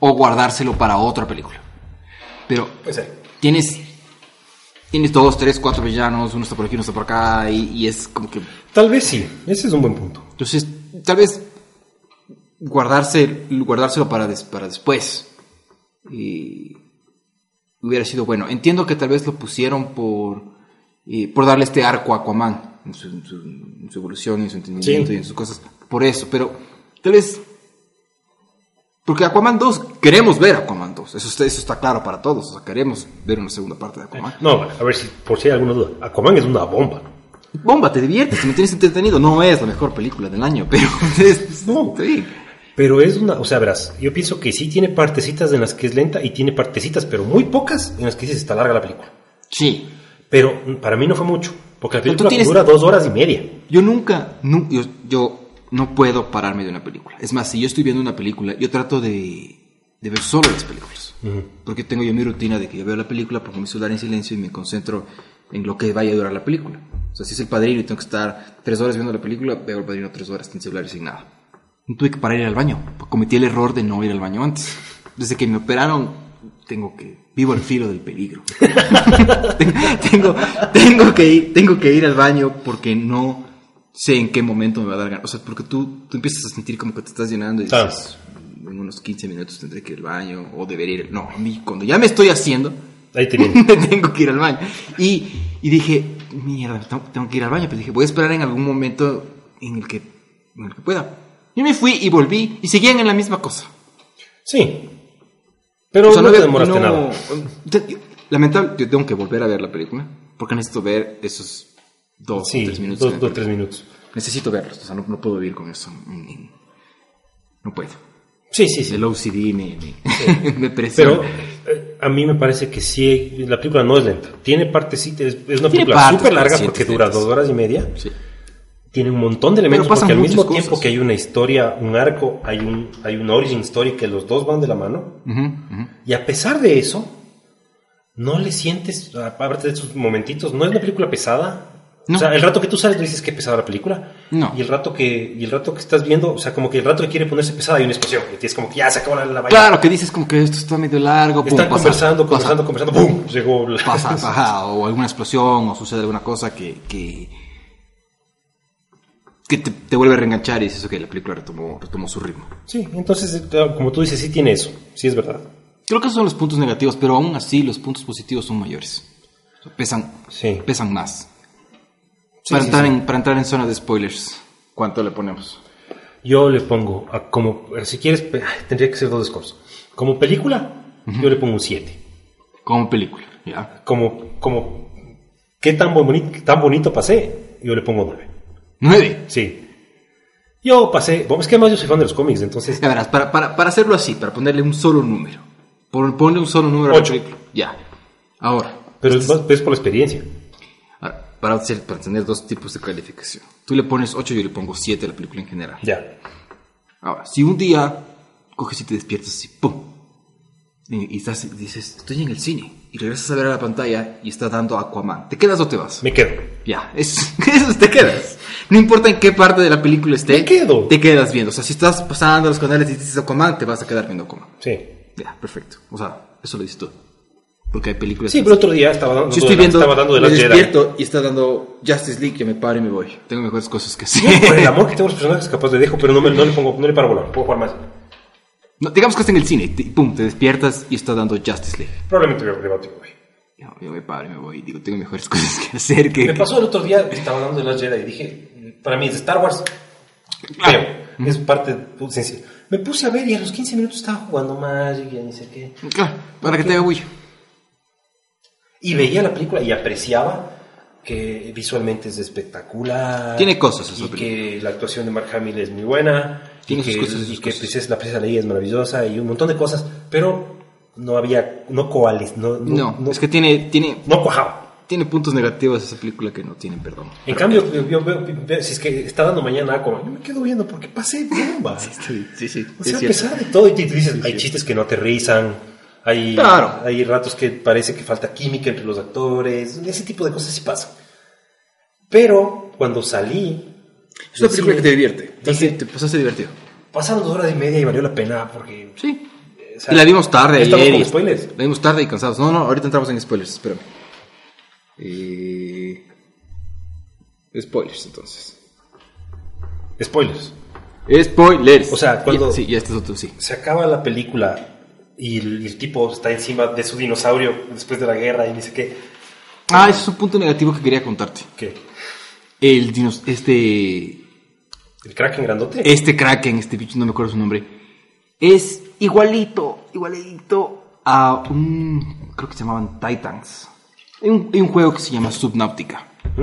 O guardárselo para otra película. Pero Puede ser. tienes. Tienes dos, tres, cuatro villanos. Uno está por aquí, uno está por acá. Y, y es como que. Tal vez sí, ese es un buen punto. Entonces, tal vez. Guardarse, guardárselo para, des- para después. Y hubiera sido bueno. Entiendo que tal vez lo pusieron por, eh, por darle este arco a Aquaman en su, en su- en su evolución y en su entendimiento Sí. y en sus cosas. Por eso, pero tal vez. Porque Aquaman 2, queremos ver Aquaman 2. Eso está, eso está claro para todos. O sea, queremos ver una segunda parte de Aquaman. No, a ver si por si hay alguna duda. Aquaman es una bomba. Bomba, te diviertes, te mantienes entretenido. No es la mejor película del año, pero. [laughs] es- No. sí. Pero es una, o sea, verás, yo pienso que sí tiene partecitas en las que es lenta y tiene partecitas, pero muy pocas en las que dices está larga la película. Sí. Pero mm, para mí no fue mucho, porque la Pero tú película tienes- dura dos horas y media. Yo nunca, nu- yo, yo no puedo pararme de una película. Es más, si yo estoy viendo una película, yo trato de, de ver solo las películas. Porque tengo yo mi rutina de que yo veo la película, pongo mi celular en silencio y me concentro en lo que vaya a durar la película. O sea, si es El Padrino y tengo que estar tres horas viendo la película, veo El Padrino tres horas sin celular y sin nada. No tuve que parar ir al baño. Cometí el error de no ir al baño antes. Desde que me operaron, tengo que... Vivo al filo del peligro. [laughs] tengo, tengo, que ir, tengo que ir al baño porque no sé en qué momento me va a dar ganas. O sea, porque tú, tú empiezas a sentir como que te estás llenando y Claro. dices, en unos 15 minutos tendré que ir al baño o debería ir. No, a mí cuando ya me estoy haciendo, Ahí teniendo. [laughs] me tengo que ir al baño. Y, y dije, mierda, tengo, tengo que ir al baño. Pero dije, voy a esperar en algún momento en el que, en el que pueda. Yo me fui y volví y seguían en la misma cosa. sí. Pero O sea, no, te había- demoraste no- nada. te- Lamentable, yo tengo que volver a ver la película porque necesito ver esos dos o Sí, tres minutos. dos, que- dos, tres minutos. Necesito verlos, o sea, no, no puedo vivir con eso. Mm, mm. No puedo. Sí, sí, sí. El OCD me, me, [laughs] me presiona. Pero eh, a mí me parece que sí, la película no es lenta. Tiene partecitas, es es una Tiene película partes, súper larga partes, porque dura lentas. dos horas y media. Sí. tiene un montón de elementos Pero pasan porque al mismo muchas cosas. tiempo que hay una historia, un arco, hay un hay un origin story que los dos van de la mano Ujú, ujú. y a pesar de eso no le sientes aparte de esos momentitos, no es una película pesada. No. O sea, el rato que tú sales dices que pesada la película. No. Y el rato que y el rato que estás viendo, o sea, como que el rato que quiere ponerse pesada hay una explosión y tienes como que ya se acabó la, la vaina. Claro, que dices como que esto está medio largo. pum, Están pasa, conversando, pasa, conversando, conversando, ¡pum! Llegó la- pasa, ajá, o alguna explosión, o sucede alguna cosa que, que, que te, te vuelve a reenganchar y dices, ok, la película retomó, retomó su ritmo. [laughs] Sí, entonces eh, como tú dices sí tiene eso, sí es verdad. Creo que esos son los puntos negativos, pero aún así los puntos positivos son mayores. O sea, Pesan, Sí. pesan más. Sí, para, sí, entrar sí. En, para entrar en zona de spoilers, ¿cuánto le ponemos? Yo le pongo, a como si quieres, pe- ay, tendría que ser dos scores. Como película, yo le pongo un 7. Como película, ¿ya? Como, como, qué tan, boni- tan bonito pasé, yo le pongo 9. Nueve. Sí. Yo pasé, bueno, es que además yo soy fan de los cómics, entonces Ya verás, para, para, para hacerlo así, para ponerle un solo número. Por- Ponle un solo número Ocho. a la película. Ya. Ahora, pero es, más- es por la experiencia. ahora, para, hacer, para tener dos tipos de calificación. Tú le pones 8, yo le pongo 7 a la película en general. Ya. Ahora, si un día coges y te despiertas así, ¡pum! Y, y estás, y dices, estoy en el cine. Y regresas a ver a la pantalla y está dando Aquaman. ¿Te quedas o te vas? Me quedo. Ya, eso, [laughs] eso te quedas. No importa en qué parte de la película esté. Me quedo. Te quedas viendo. O sea, si estás pasando los canales y dices Aquaman, te vas a quedar viendo Aquaman. Sí. Ya, perfecto. O sea, eso lo dices tú. Porque hay películas. Sí, que- pero otro día estaba dando, Yo estoy viendo. estaba dando de me la Jedi. [laughs] despierto y está dando Justice League que me paro y me voy. Tengo mejores cosas que Yo, por [laughs] el hacer. amor que tengo a los personajes, capaz le dejo, pero no, me, no le pongo, no le paro bola, puedo jugar más. No, digamos que está en el cine. Y pum, te despiertas y está dando Justice League. Probablemente veo debate, güey. Yo, yo me paro y me voy. Digo, tengo mejores [laughs] cosas que hacer que. Me pasó el otro día, estaba hablando de las Jedi y dije, para mí es de Star Wars. Claro. Pero es parte de- sencilla. Me puse a ver y a los 15 minutos estaba jugando Magic y a ni sé qué. Claro, para que te haga bulla. Y veía la película y apreciaba que visualmente es espectacular. Tiene cosas esa Y película. que la actuación de Mark Hamill es muy buena. Tiene y sus que, cosas, sus y que cosas. Princesa- la princesa Leia es maravillosa y un montón de cosas. Pero no había, no coales, no, No, es que tiene, tiene, no cuajaba. tiene puntos negativos esa película que no tienen perdón. En cambio, yo yo veo, veo- si es que está dando mañana como yo me quedo viendo [laughs] porque pasé bomba. Sí, sí, sí. O sea, Pues a pesar de todo, y te- te dices, hay chistes que no aterrizan, hay, Claro. hay ratos que parece que falta química entre los actores, ese tipo de cosas sí pasan. Pero cuando salí, Es una película del cine, que te divierte. Dije- Te, te pasaste divertido. pasaron dos horas y media y valió la pena porque... Sí. o sea, y la vimos tarde ya estamos ayer. con y- spoilers. La vimos tarde y cansados. No, no, ahorita entramos en spoilers, espérame. Eh, Spoilers, entonces. Spoilers. Spoilers. O sea, cuando- Ya- Sí, ya este es otro, sí. Se acaba la película y el, el tipo está encima de su dinosaurio después de la guerra y dice que... Ah, ese es un punto negativo que quería contarte. ¿Qué? El dinos... Este... ¿El Kraken grandote? este Kraken, este bicho, no me acuerdo su nombre, es igualito, igualito a un, creo que se llamaban Titans. Hay un, hay un juego que se llama Subnautica. ¿Mm?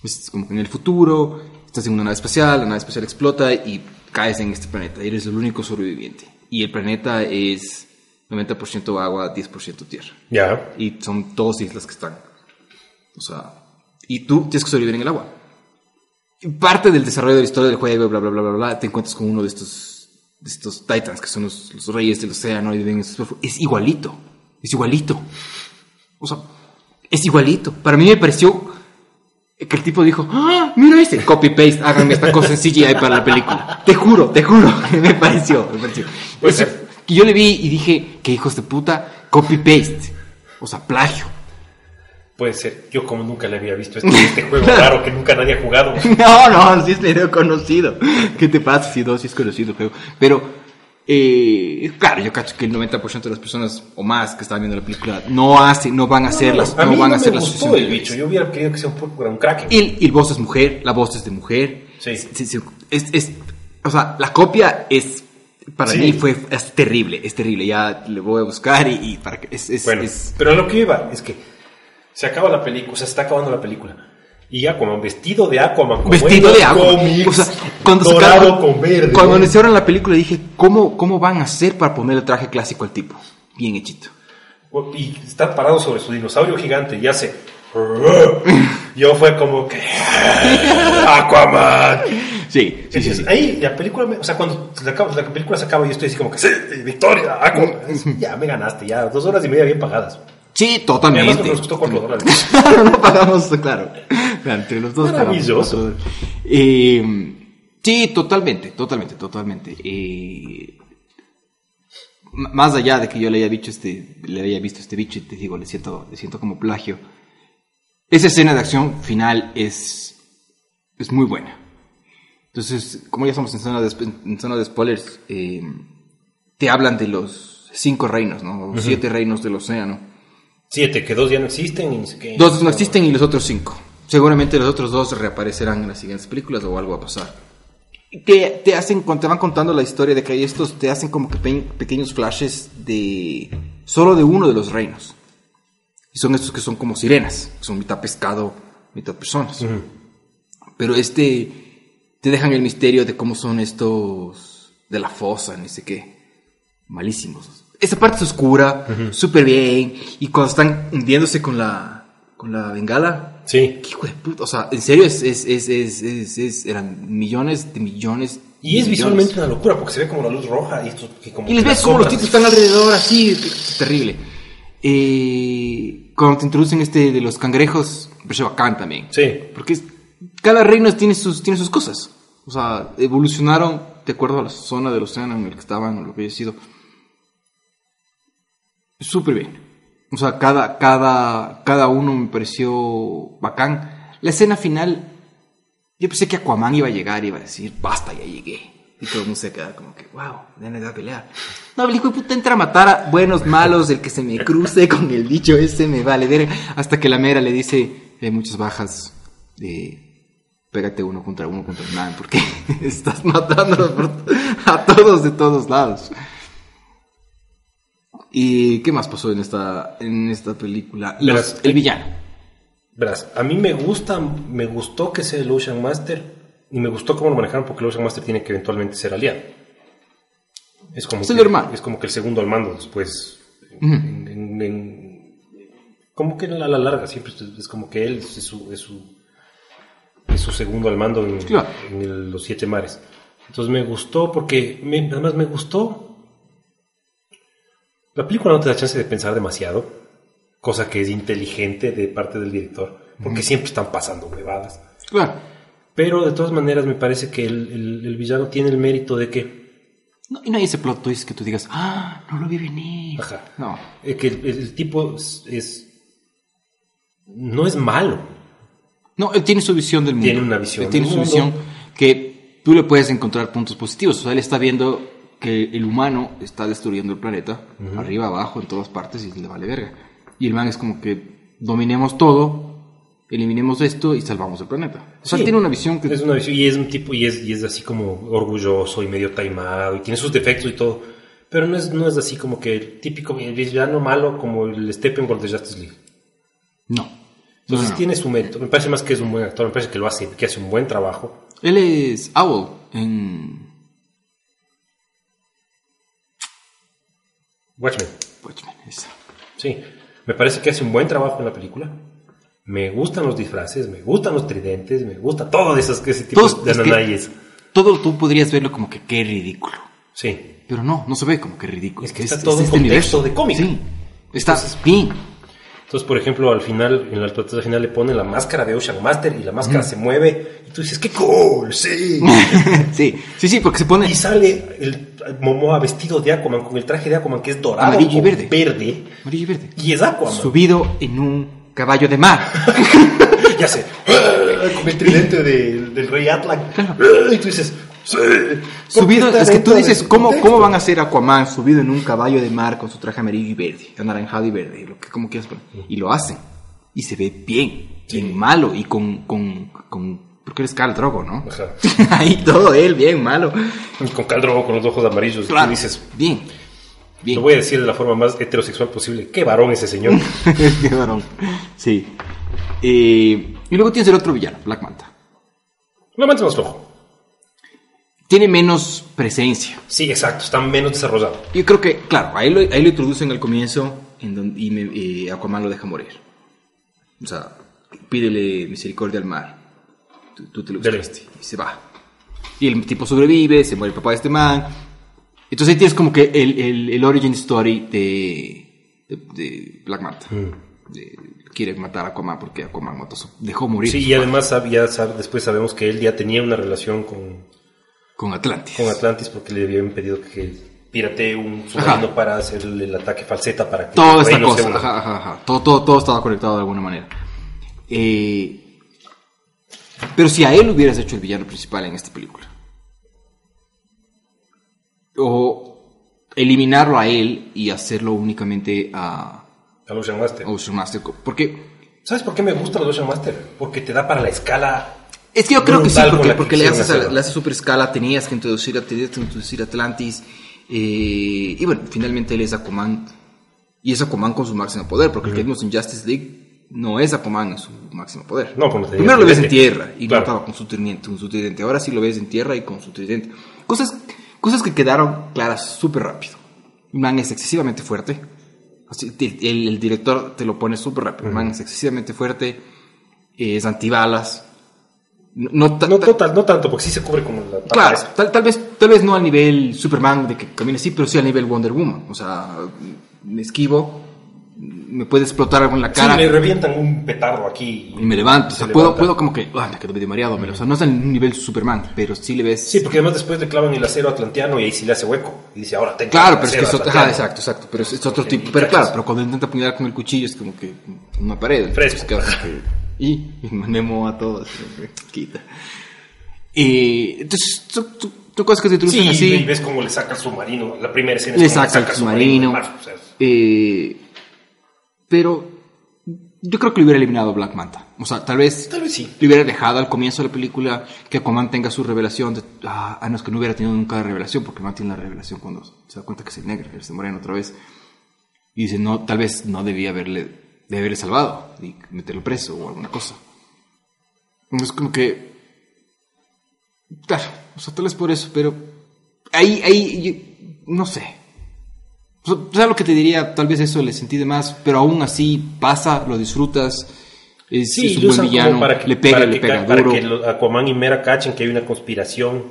Pues, Es como que en el futuro, estás en una nave espacial, la nave espacial explota y caes en este planeta. Eres el único sobreviviente. Y el planeta es 90% agua, 10% tierra. Ya. Y son dos islas que están. O sea, y tú tienes que sobrevivir en el agua. Y parte del desarrollo de la historia del juego, bla, bla, bla, bla, bla, te encuentras con uno de estos, de estos titans que son los, los reyes del océano y viven en sus profu- Es igualito. Es igualito. O sea, es igualito. Para mí me pareció que el tipo dijo, ¡Ah, mira este, copy paste, háganme esta cosa en CGI para la película. Te juro, te juro, [laughs] que me pareció, me pareció. Puede Eso- ser. que yo le vi y dije, que hijos de puta, copy paste, o sea, plagio. [laughs] Puede ser. Yo como nunca le había visto este, este juego raro que nunca nadie [laughs] ha jugado. No, no, sí es medio conocido. ¿Qué te pasa? Sí, no, sí es conocido el juego. Pero, eh, claro, yo cacho que el 90% de las personas o más que están viendo la película no hacen, no van a hacer las, a no mí van no a hacer me las gustó sucesiones el de bicho. Yo hubiera querido que sea un, poco- un crack. El, el voz es mujer, la voz es de mujer. Sí. Sí, sí, es, es- o sea, la copia es. Para Sí. mí fue es terrible, es terrible. Ya le voy a buscar y, y para que. Es, es, Bueno, es- pero lo que iba es que se acaba la película, o sea, se está acabando la película. Y Aquaman, vestido de Aquaman, como vestido en de los agua. cómics, o sea, cuando dorado sacaron- con verde. Cuando anunciaron la película dije, ¿cómo, ¿cómo van a hacer para poner el traje clásico al tipo? Bien hechito. Y está parado sobre su dinosaurio gigante y hace. Yo fue como que. "Ah, Aquaman. Sí, sí, sí. Entonces, Ahí la película, me- o sea, cuando la, acabo- la película se acaba, yo estoy así como que, sí, victoria, Aquaman. [laughs] Ya me ganaste, ya, dos horas y media bien pagadas. Sí, Y además totalmente. nos costó cuatro dólares. Claro, [laughs] no pagamos, claro. Claro, Entre los dos pagamos. Maravilloso. Eh, sí, totalmente, totalmente, totalmente. Eh, m- más allá de que yo le haya dicho este, le haya visto este bicho y te digo, le siento, le siento como plagio. Esa escena de acción final es, es muy buena. Entonces, como ya estamos en zona de, sp- en zona de spoilers, eh, te hablan de los cinco reinos, ¿no? Los siete reinos del océano. Siete, que dos ya no existen y ni sé qué. Dos no existen y los otros cinco. Seguramente los otros dos reaparecerán en las siguientes películas o algo va a pasar. Y Te, te hacen, con- te van contando la historia de que hay estos, te hacen como que pe- pequeños flashes de solo de uno de los reinos. Y son estos que son como sirenas, que son mitad pescado, mitad personas. Ujú. Pero este, te dejan el misterio de cómo son estos de la fosa, ni sé qué. Malísimos. Esa parte es oscura, súper bien. Y cuando están hundiéndose con la, con la bengala, Sí. qué hijo de puta. O sea, en serio, es, es, es, es, es- es- eran millones de millones. Y de millones. es visualmente una locura porque se ve como la luz roja y, esto, y como Y les que ves las como los sombras- tipos están alrededor, así, t- terrible. Eh, cuando te introducen este de los cangrejos, me parece bacán también. Sí. Porque es- cada reino tiene sus, tiene sus cosas. O sea, evolucionaron de acuerdo a la zona del océano en el que estaban o lo que haya sido. Súper bien. O sea, cada, cada, cada uno me pareció bacán. La escena final, yo pensé que Aquaman iba a llegar y iba a decir, basta, ya llegué. Y todo el mundo se queda como que, wow, denle de pelear. No, el hijo de puta entra a matar a buenos, malos, el que se me cruce [laughs] con el dicho ese me vale. verga. Hasta que la mera le dice, hay muchas bajas, eh, pégate uno contra uno contra nada, porque [laughs] estás matando por- a todos de todos lados. ¿Y qué más pasó en esta, en esta película? Los- Verás, el villano. Verás, a mí me gusta, me gustó que sea el Ocean Master y me gustó cómo lo manejaron porque el Ocean Master tiene que eventualmente ser aliado. Es como, Es que, el hermano. es como que el segundo al mando después. en- en- en- como que a la larga siempre es- es como que él es su, es su, es su segundo al mando en, Claro. en el- los siete mares. Entonces me gustó porque me- además me gustó. La película no te da chance de pensar demasiado cosa que es inteligente de parte del director, porque siempre están pasando huevadas. Claro. Pero de todas maneras me parece que el, el- el villano tiene el mérito de que, No, y no hay ese plot twist que tú digas, ah, no lo vi venir. Ajá. No. eh, que el, el tipo es, es- no es malo. No, él tiene su visión del mundo. Tiene una visión Él tiene del su mundo. visión que tú le puedes encontrar puntos positivos. O sea, él está viendo que el humano está destruyendo el planeta, arriba, abajo, en todas partes, y le vale verga. Y el man es como que dominemos todo, eliminemos esto y salvamos el planeta. O sea, Sí. él tiene una visión que... Es una visión y es un tipo y es, y es así como orgulloso y medio taimado y tiene sus defectos y todo. Pero no es, no es así como que el típico villano malo como el Steppenwolf de Justice League. No. Entonces No, no. tiene su mérito. Me parece más que es un buen actor, me parece que lo hace, que hace un buen trabajo. Él es Owl en Watchmen. Watchmen. esa. Sí, me parece que hace un buen trabajo en la película. Me gustan los disfraces, me gustan los tridentes, me gusta todo de esas que ese tipo Todos- de es que- nanayes. Todo tú podrías verlo como que qué ridículo. Sí, Pero no, no se ve como que ridículo. Es que está todo en contexto de cómic. este Sí. Está bien. [laughs] entonces por ejemplo al final, en la batalla final le ponen la máscara de Ocean Master y la máscara se mueve y tú dices ¡Qué cool! [laughs] ¡Sí! sí, sí, sí, porque se pone. y sale el Momoa vestido de Aquaman con el traje de Aquaman que es dorado Amarillo y con verde. verde, Amarillo y verde. y es Aquaman. Subido en un caballo de mar. [laughs] Ya sé, con el tridente del- del Rey Atlas. Y tú dices ¡Sí! subido, [laughs] Porque está es que tú dentro de dices, su ¿cómo, contexto. ¿cómo van a ser Aquaman subido en un caballo de mar con su traje amarillo y verde, anaranjado y verde, lo que, como quieras poner? Y lo hacen. Y se ve bien, bien malo y con. con, con porque eres Cal Drogo, ¿no? [laughs] Ajá. Ahí todo él, bien malo. Y con Caldrogo, con los ojos amarillos, y Claro. tú dices, Bien. Bien. lo voy a decir de la forma más heterosexual posible, qué varón ese señor. [laughs] Qué varón. Sí. Eh, y luego tienes el otro villano, Black Manta. No manches más flojo. Tiene menos presencia. Sí, exacto, está menos desarrollado. Yo creo que, claro, ahí lo, ahí lo introducen al comienzo en donde, y me- eh, Aquaman lo deja morir. O sea, pídele misericordia al mar. Tú, tú te lo Dele. buscaste. Y se va. Y el tipo sobrevive, se muere el papá de este man. Entonces ahí tienes como que el, el- el origin story de, de, de Black Manta. Mm. De- quiere matar a Aquaman porque Aquaman mató a su- dejó morir Sí, y además sab- ya sab- después sabemos que él ya tenía una relación con, con Atlantis. con Atlantis porque le habían pedido que piratee un submarino Ajá. para hacerle el ataque falseta para que Toda el esta reino se cosa, hunda. ajá, ajá, ajá. Todo, todo, todo estaba conectado de alguna manera. Eh, pero si a él hubieras hecho el villano principal en esta película, o eliminarlo a él y hacerlo únicamente a Al Ocean Master. Ocean Master, co- porque ¿Sabes por qué me gusta el Ocean Master? Porque te da para la escala. es que yo creo que sí, Brutal con porque, la que porque le quisieron haces, a- hacerlo. le haces super escala, tenías que introducir, a- tenías que introducir Atlantis, eh, y bueno, finalmente él es Aquaman, y es Aquaman con su máximo poder, porque el que vimos en Justice League no es Aquaman en su máximo poder. No, cuando tenía Primero lo ves en tridente. tierra, y Claro. mataba con su tridente, con su tridente, ahora sí lo ves en tierra y con su tridente. Cosas, cosas que quedaron claras súper rápido. El Man es excesivamente fuerte, Así, te- el, el director te lo pone súper rápido, el man es excesivamente fuerte, es antibalas. No, no ta- No, ta- total, no tanto, porque sí se cubre con la tapa claro, esa. tal, tal vez, tal vez no al nivel Superman de que camina así, pero sí al nivel Wonder Woman. O sea, me esquivo, me puede explotar algo en la Sí, cara. Mm. le revientan un petardo aquí. Y me levanto, o sea, Se puedo, levanta. puedo como que, ah, me quedo medio mareado, pero, o sea, no es al nivel Superman, pero sí le ves. Sí, porque además después le clavan el acero atlanteano y ahí sí le hace hueco. Y dice, ahora tengo claro, el pero es que acero es otro, ajá, atlanteano. exacto, exacto, pero es, es otro Ok, tipo. Pero ya claro, es. pero cuando intenta apuñalar con el cuchillo es como que una pared. Fresco. entonces quedas como que, y, y manemo a todos, como que quita. Y entonces, son, son- son cosas que se introducen Sí, así. y ves cómo le saca el submarino. La primera escena le es cómo saca el del submarino. mar, o sea, eh, pero yo creo que le hubiera eliminado a Black Manta. O sea, tal vez, Tal vez sí. le hubiera dejado al comienzo de la película que Aquaman tenga su revelación. De, ah, ah, no, es que no hubiera tenido nunca la revelación, porque Aquaman tiene la revelación cuando se da cuenta que es el negro, se moreno otra vez. Y dice, no, tal vez no debía haberle, de haberle salvado y meterlo preso o alguna cosa. Es como que. Claro, o sea, tal vez por eso, pero. Ahí, ahí, yo- no sé. O sea, ¿sabes lo que te diría? Tal vez eso le sentí de más, pero aún así pasa, lo disfrutas. Es, Sí, es un lo buen usan como villano, para que, le pega, para le que pega ca- para duro. que lo- Aquaman y Mera cachen que hay una conspiración.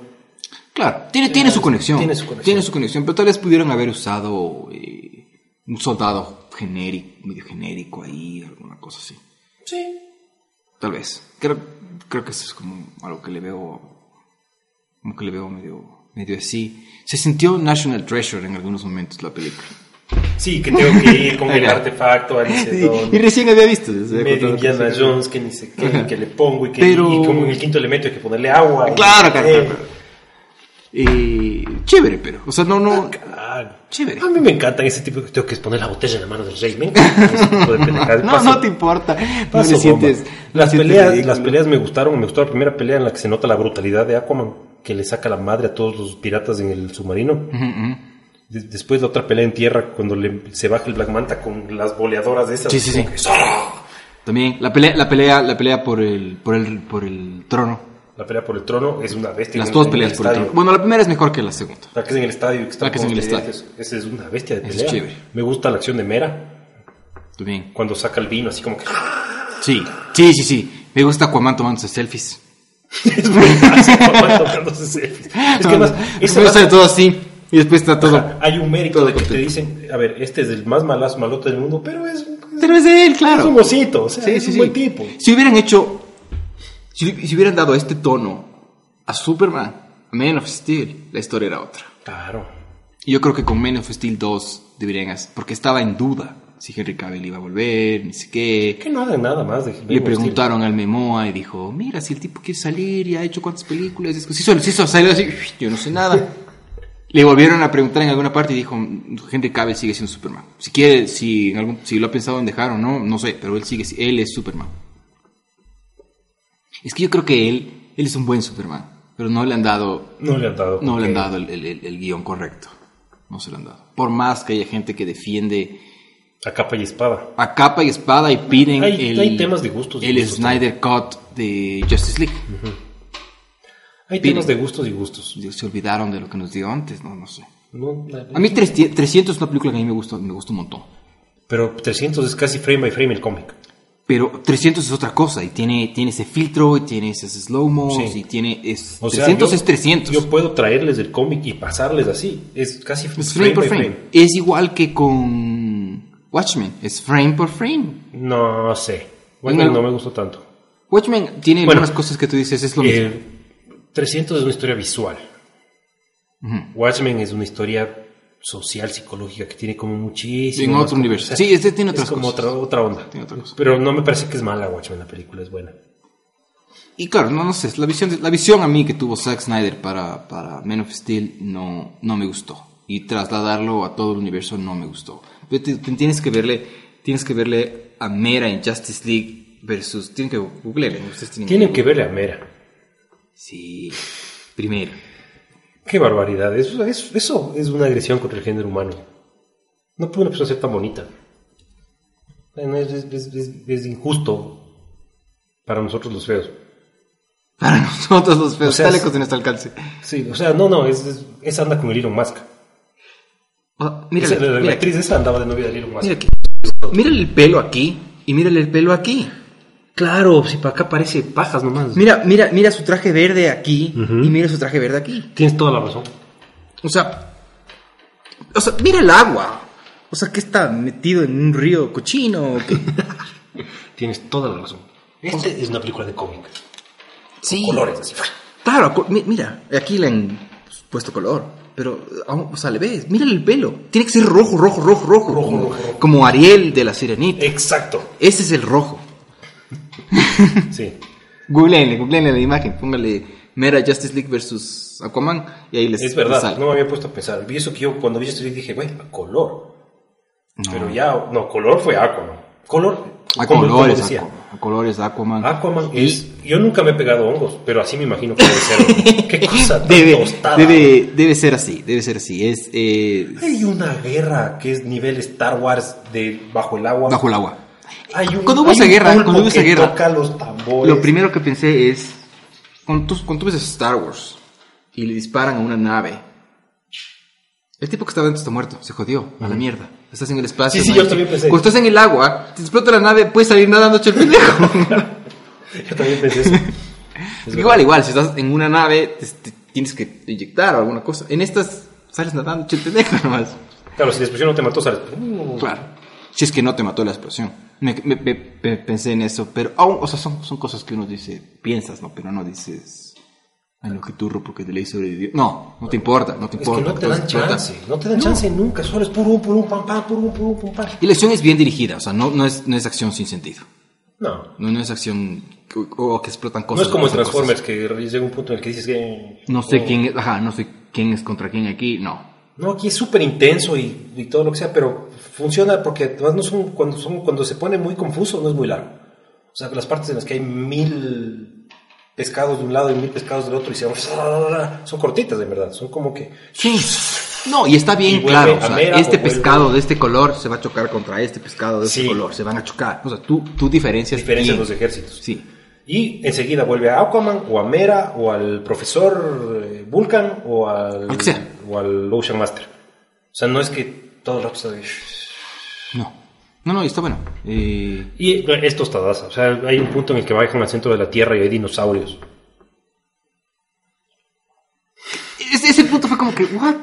Claro, tiene, tiene, su conexión, tiene su conexión. Tiene su conexión, pero tal vez pudieran haber usado eh, un soldado genérico, medio genérico ahí, alguna cosa así. Sí. Tal vez. Creo, creo que eso es como algo que le veo. Como que le veo medio, medio así. Se sintió National Treasure en algunos momentos la película. Sí, que tengo que ir con el [laughs] Ajá. artefacto, [laughs] a Y recién había visto. se había medio contado que Indiana sí. Jones, que ni sé qué, Ajá. que le pongo y que Pero- y como en el quinto elemento hay que ponerle agua. y Claro, no sé claro, qué. claro, claro. Eh, chévere, pero. O sea, no, no. Claro. Chévere. ah, A mí me encantan ese tipo que tengo que poner la botella en la mano del rey. [laughs] Me encantan ese tipo de pendejadas. No, Paso- no te importa. No paso le sientes. bomba. no Las, sientes peleas, ridículo. las peleas me gustaron. Me gustó la primera pelea en la que se nota la brutalidad de Aquaman, que le saca la madre a todos los piratas en el submarino. Ujú, ujú. De- después la otra pelea en tierra, cuando le- se baja el Black Manta con las boleadoras de esas. Sí, sí, sí. como que, ¡Sara! También la pelea, la pelea, la pelea por el, por el, por el trono. La pelea por el trono es una bestia. Las en- dos en peleas por el estadio. trono. Bueno, la primera es mejor que la segunda. La que es en el estadio. que está La que es en con el los estadio. clientes. Esa es una bestia de Es pelea. chévere. Me gusta la acción de Mera También. cuando saca el vino, así [laughs] como que. [laughs] Sí, sí, sí, sí. Me gusta Aquaman tomándose selfies. es muy fácil, papá, tomándose selfies. Es que más. ese Primero más- sale todo así y después está todo. hay un mérito todo de que te contento. dicen, a ver, este es el más malas malote del mundo, pero es, es Pero es de él, claro. un osito, o sea, Sí, es sí, un sí. buen tipo. Si hubieran hecho. Si, si hubieran dado este tono a Superman, a Man of Steel, la historia era otra. Claro. Y yo creo que con Man of Steel 2 deberían hacer. Porque estaba en duda si Henry Cavill iba a volver, ni sé qué. Que no hagan nada más. De Le preguntaron al Memoa y dijo, mira, si el tipo quiere salir y ha hecho cuántas películas, es que- si hizo, si hizo- salió así, yo no sé nada. Le volvieron a preguntar en alguna parte y dijo, Henry Cavill sigue siendo Superman. Si quiere, si, en algún, si lo ha pensado en dejar o no, no sé, pero él sigue, él es Superman. Es que yo creo que él, él es un buen Superman, pero no le han dado, No le han dado. no le han porque- dado el, el- el- el guión correcto. No se lo han dado. Por más que haya gente que defiende A capa y espada. a capa y espada y piden Hay- el, hay temas de gustos y el gustos Snyder Cut de Justice League. Hay Pide. temas de gustos y gustos. Se olvidaron de lo que nos dio antes, no, no sé. No, la- A mí 300 300 es una película que a mí me gusta, me gusta un montón. Pero 300 es casi frame by frame el cómic. Pero 300 es otra cosa y tiene, tiene ese filtro y tiene esos slow-mo Sí. y tiene... Es, O sea, 300 yo- es 300. Yo puedo traerles el cómic y pasarles así. Es casi es frame por frame. Es igual que con Watchmen, es frame por frame. No sé. Bueno, Bueno, no me gustó tanto. Watchmen tiene Bueno, algunas cosas que tú dices, es lo mismo. Eh, 300 es una historia visual. Ujú. Watchmen es una historia social, psicológica, que tiene como muchísimo. En más otro como- universo. Sí, este tiene es otras como cosas. otra, otra onda. Tiene otra cosa. Pero no me parece que es mala Watchmen, la película es buena. Y claro, no, no sé, la visión, de- la visión a mí que tuvo Zack Snyder para, para Man of Steel no, no me gustó. Y trasladarlo a todo el universo no me gustó. Pero te- te- tienes, que verle, tienes que verle a Mera en Justice League versus... Tienen que googlearle. ustedes tienen Tienen que verle a Mera. Sí, primero. Qué barbaridad. Eso, eso, eso es una agresión contra el género humano. No puede una persona ser tan bonita. Bueno, es, es- es- es- es injusto para nosotros los feos. Para nosotros los feos, O sea, está es- lejos de nuestro alcance. Sí, o sea, no, no, es, es- esa anda con el Elon Musk. O sea, mírale, Esa- la, la Ah, mira aquí, actriz esa andaba de novia de Elon Musk. mira aquí. Mírale el pelo aquí y mírale el pelo aquí. Claro, si para acá parece pajas nomás. Mira, mira, mira su traje verde aquí y mira su traje verde aquí. Tienes toda la razón. O sea, o sea, mira el agua. O sea, ¿qué está metido en un río cochino? o qué? Tienes toda la razón. Este es una película de cómic. sí. Colores. así. Claro, co- mi- mira, aquí le han puesto color. Pero, ah, o sea, le ves, mira el pelo. Tiene que ser rojo, rojo, rojo, rojo. Rojo, como, rojo, rojo. como Ariel de la sirenita. Exacto. [laughs] Ese es el rojo. Sí. Googleenle, googleenle la imagen. Póngale Mera Justice League versus Aquaman. Y ahí les Es les verdad. sale. No me había puesto a pensar. Vi eso que yo cuando vi esto dije, güey, a color. No. Pero ya, no, color fue Aquaman. Color. A como- como colores, decía. Ah, a, co- a colores, Aquaman. Aquaman es. Yo nunca me he pegado hongos, pero así me imagino que debe [laughs] ser. Qué cosa tan Debe, tostada. debe, debe ser así, debe ser así. Es eh, Hay una guerra que es nivel Star Wars de bajo el agua. bajo el agua. Hay un- Cuando hubo hay esa un guerra, pulpo cuando hubo esa que guerra, toca los tambores. Lo primero que pensé es, cuando tú, cuando tú ves Star Wars y le disparan a una nave, el tipo que estaba dentro está muerto, se jodió, a la mierda. Estás en el espacio. Sí, sí, no yo hay- también pensé. Cuando estás en el agua, te explota la nave, puedes salir nadando hecho el [laughs] pendejo. Yo también pensé eso. Es igual, igual, si estás en una nave, te- te tienes que inyectar o alguna cosa. En estas sales nadando hecho el pendejo [laughs] nomás. Claro, si la explosión no te mató, sales. Claro. Si es que no te mató la explosión. Me, me- me- me pensé en eso, pero aún, o sea, son, son cosas que uno dice, piensas, ¿no? Pero no dices, ay, lo que turro porque de ley sobrevivió. No, no te importa, no te Es que importa. no te todo dan explota. chance. No te dan chance nunca. Solo es puro, puro, pam, pam, puro, puro, pam, pam. Y la acción es bien dirigida, o sea, no, no, es, no es acción sin sentido. No. No, no es acción que- o, o que explotan No cosas. es como en cosas, Transformers, que llega un punto en el que dices que. cosas. No sé quién es, ajá, no sé quién es contra quién aquí, no. No, aquí es súper intenso y, y todo lo que sea, pero funciona porque además no son, cuando, son, cuando se pone muy confuso no es muy largo. O sea, las partes en las que hay mil pescados de un lado y mil pescados del otro y se van, [laughs] son cortitas de verdad, son como que... Sí. No, y está bien Y vuelve claro. o a sea, mera este o vuelve- pescado de este color se va a chocar contra este pescado de Sí. este color. Se van a chocar. O sea, tú, tú diferencias. diferencias bien. los ejércitos. Sí. Y enseguida vuelve a Aquaman o a Mera o al profesor eh, Vulcan o al, Al que sea. o al Ocean Master. O sea, no es que todo el rato está de- No. No, no, y está bueno. Eh, Y es tostadaza. O sea, hay un punto en el que bajan al centro de la Tierra y hay dinosaurios. ese, ese punto fue como que, ¿what?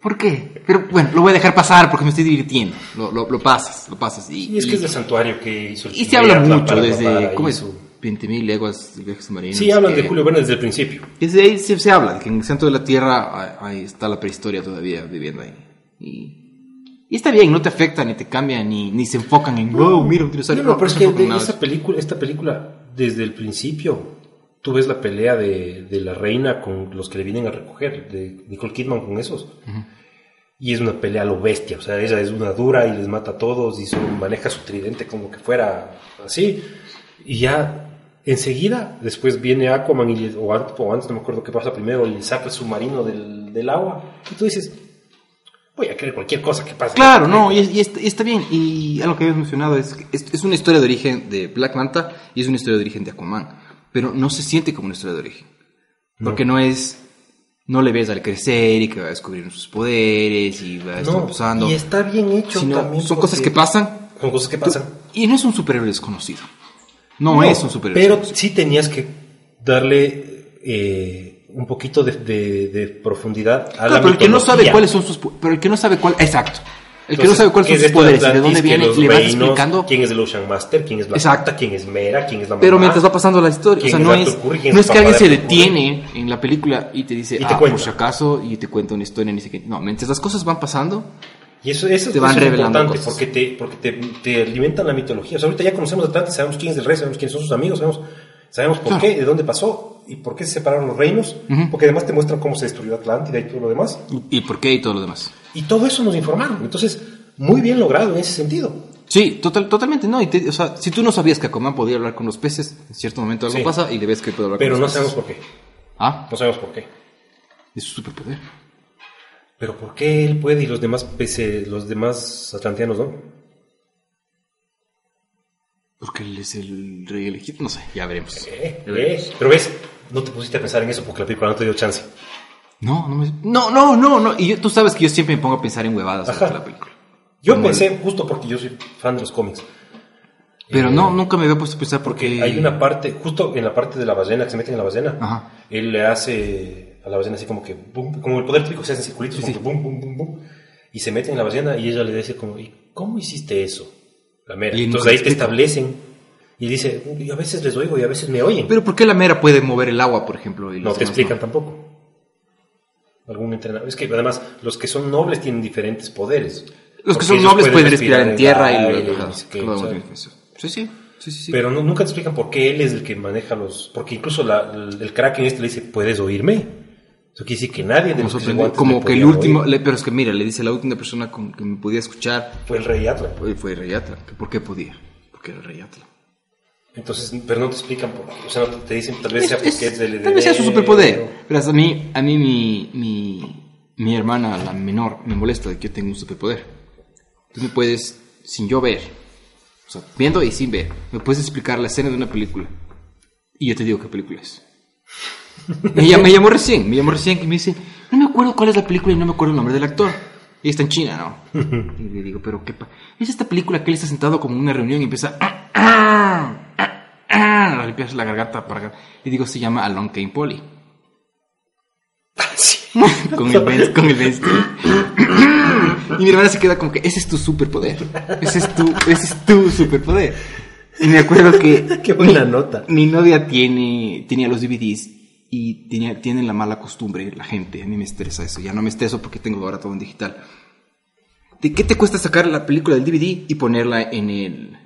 ¿Por qué? Pero bueno, lo voy a dejar pasar porque me estoy divirtiendo. Lo, lo, lo pasas, lo pasas. Y, Y es que y- es del santuario que hizo el y se habla Atlas mucho para desde, Guadalajara, ¿cómo es? hizo- 20.000 leguas de viajes submarinos. Sí, hablan de que- Julio Verne desde el principio. Desde ahí se, se habla, que en el centro de la Tierra ah, ahí está la prehistoria todavía viviendo ahí. Y, y está bien, no te afecta, ni te cambia, ni, ni se enfocan en, wow, mira un dinosaurio. No, no, pero es se que enfocan de en nada de esa eso. película, esta película, desde el principio, tú ves la pelea de, de la reina con los que le vienen a recoger, de Nicole Kidman con esos. Y es una pelea a lo bestia, o sea, ella es una dura y les mata a todos y son- maneja su tridente como que fuera así. Y ya enseguida, después viene Aquaman y, le- o, antes, o antes, no me acuerdo qué pasa primero, y saca el submarino del, del agua. Y tú dices, voy a creer cualquier cosa que pase. Claro, no, y, es- y es- y está bien. Y algo que habías mencionado es que es, es una historia de origen de Black Manta y es una historia de origen de Aquaman. Pero no se siente como una historia de origen. Porque no, es. No le ves al crecer y que va descubriendo sus poderes y va No, usando. y está bien hecho Sino, también. son cosas porque- que pasan Son cosas que pasan. y no es un superhéroe desconocido. No, es un superhéroe. Pero desconocido. sí tenías que darle eh, un poquito de, de- de profundidad a Claro, la pero el que no mitología. sabe cuáles son sus. po- Pero el que no sabe cuál. Exacto. El que no Entonces, sabe cuáles ¿qué son es sus esto de poderes y de Atlantis, dónde que viene, los le vas reinos, explicando. quién es el Ocean Master, quién es la Exacto. puta, quién es Mera, quién es la mamá. Pero mientras va pasando la historia, o sea, ¿Quién no es es, Arthur Curry? ¿Quién no es es que papá alguien de se Arthur Curry? detiene en la película y te dice, Y te ah, por cuenta. si acaso, y te cuenta una historia, ni sé qué. No, mientras las cosas van pasando, Y eso, eso, Te van eso es revelando importante cosas. porque, te, porque te, te alimentan la mitología. O sea, ahorita ya conocemos a Atlantis, sabemos quién es el rey, sabemos quiénes son sus amigos, sabemos, sabemos por qué, de dónde pasó y por qué se separaron los reinos. Porque además te muestran cómo se destruyó Atlántida y todo lo demás. y por qué y todo lo demás. Y todo eso nos informaron. Entonces, muy bien logrado en ese sentido. Sí, total, totalmente, no. Y te- o sea, si tú no sabías que Aquaman podía hablar con los peces, en cierto momento algo Sí. pasa y le ves que puede hablar Pero con no los peces. sabemos por qué. Ah, No sabemos por qué. es su superpoder. Pero ¿por qué él puede y los demás pese, los demás atlanteanos no? Porque él es el rey elegido, no sé, ya veremos. Eh, eh. Pero ves, no te pusiste a pensar en eso porque la película no te dio chance. No, no, me- no, no, no, no. Y yo- tú sabes que yo siempre me pongo a pensar en huevadas Ajá. de la película. Yo Como pensé, justo porque yo soy fan de los cómics, Pero Eh, no, nunca me había puesto a pensar porque porque... hay una parte, justo en la parte de la ballena, que se mete en la ballena, Ajá. él le hace a la ballena así como que, boom, como el poder típico se hace en circulitos, como que boom, boom, boom, boom. y se meten en la ballena y ella le dice como, ¿y cómo hiciste eso? La mera. Y Entonces ahí te establecen y dice, y a veces les oigo y a veces me oyen. Pero ¿por qué la mera puede mover el agua, por ejemplo? Y no te explican no? tampoco. Algún entrenador. Es que además los que son nobles tienen diferentes poderes. Los que son nobles pueden respirar, en tierra y... Sí, sí. Sí, sí, sí. Pero no, nunca te explican por qué él es el que maneja los. Porque incluso la, el, Kraken este le dice, ¿puedes oírme? Eso quiere decir que nadie de los que Como que el ¿eh? último. Le, pero es que mira, le dice la última persona con que me podía escuchar. Fue el Rey Atla. Fue, fue el Rey Atla. ¿Por qué podía? Porque era el Rey Atla. Entonces, pero no te explican por qué. O sea, no te dicen tal vez sea es, porque es, del Tal vez sea su superpoder. Pero hasta a mí, a mí mi, mi, mi hermana, la menor, me molesta de que yo tengo un superpoder. Tú me puedes, sin yo ver, o sea, viendo y sin ver, me puedes explicar la escena de una película. Y yo te digo qué película es. me, llamó, me, llamó, recién, me llamó recién y me dice, no me acuerdo cuál es la película y no me acuerdo el nombre del actor. Y está en China, ¿no? y le digo, pero qué... Pa es esta película que él está sentado como en una reunión y empieza... Ah, ah, ah, a limpiarse la gargata para... Y digo, se llama Along Came Polly. [laughs] con el Benz, con el Benz. [clears throat] y mi hermana se queda como que ese es tu superpoder. Ese es tu, ese es tu superpoder. Y me acuerdo que Qué buena nota. mi novia tiene, tenía los DVDs y tenía, tienen la mala costumbre la gente. A mí me estresa eso. Ya no me estreso porque tengo ahora todo en digital. ¿De qué te cuesta sacar la película del DVD y ponerla en el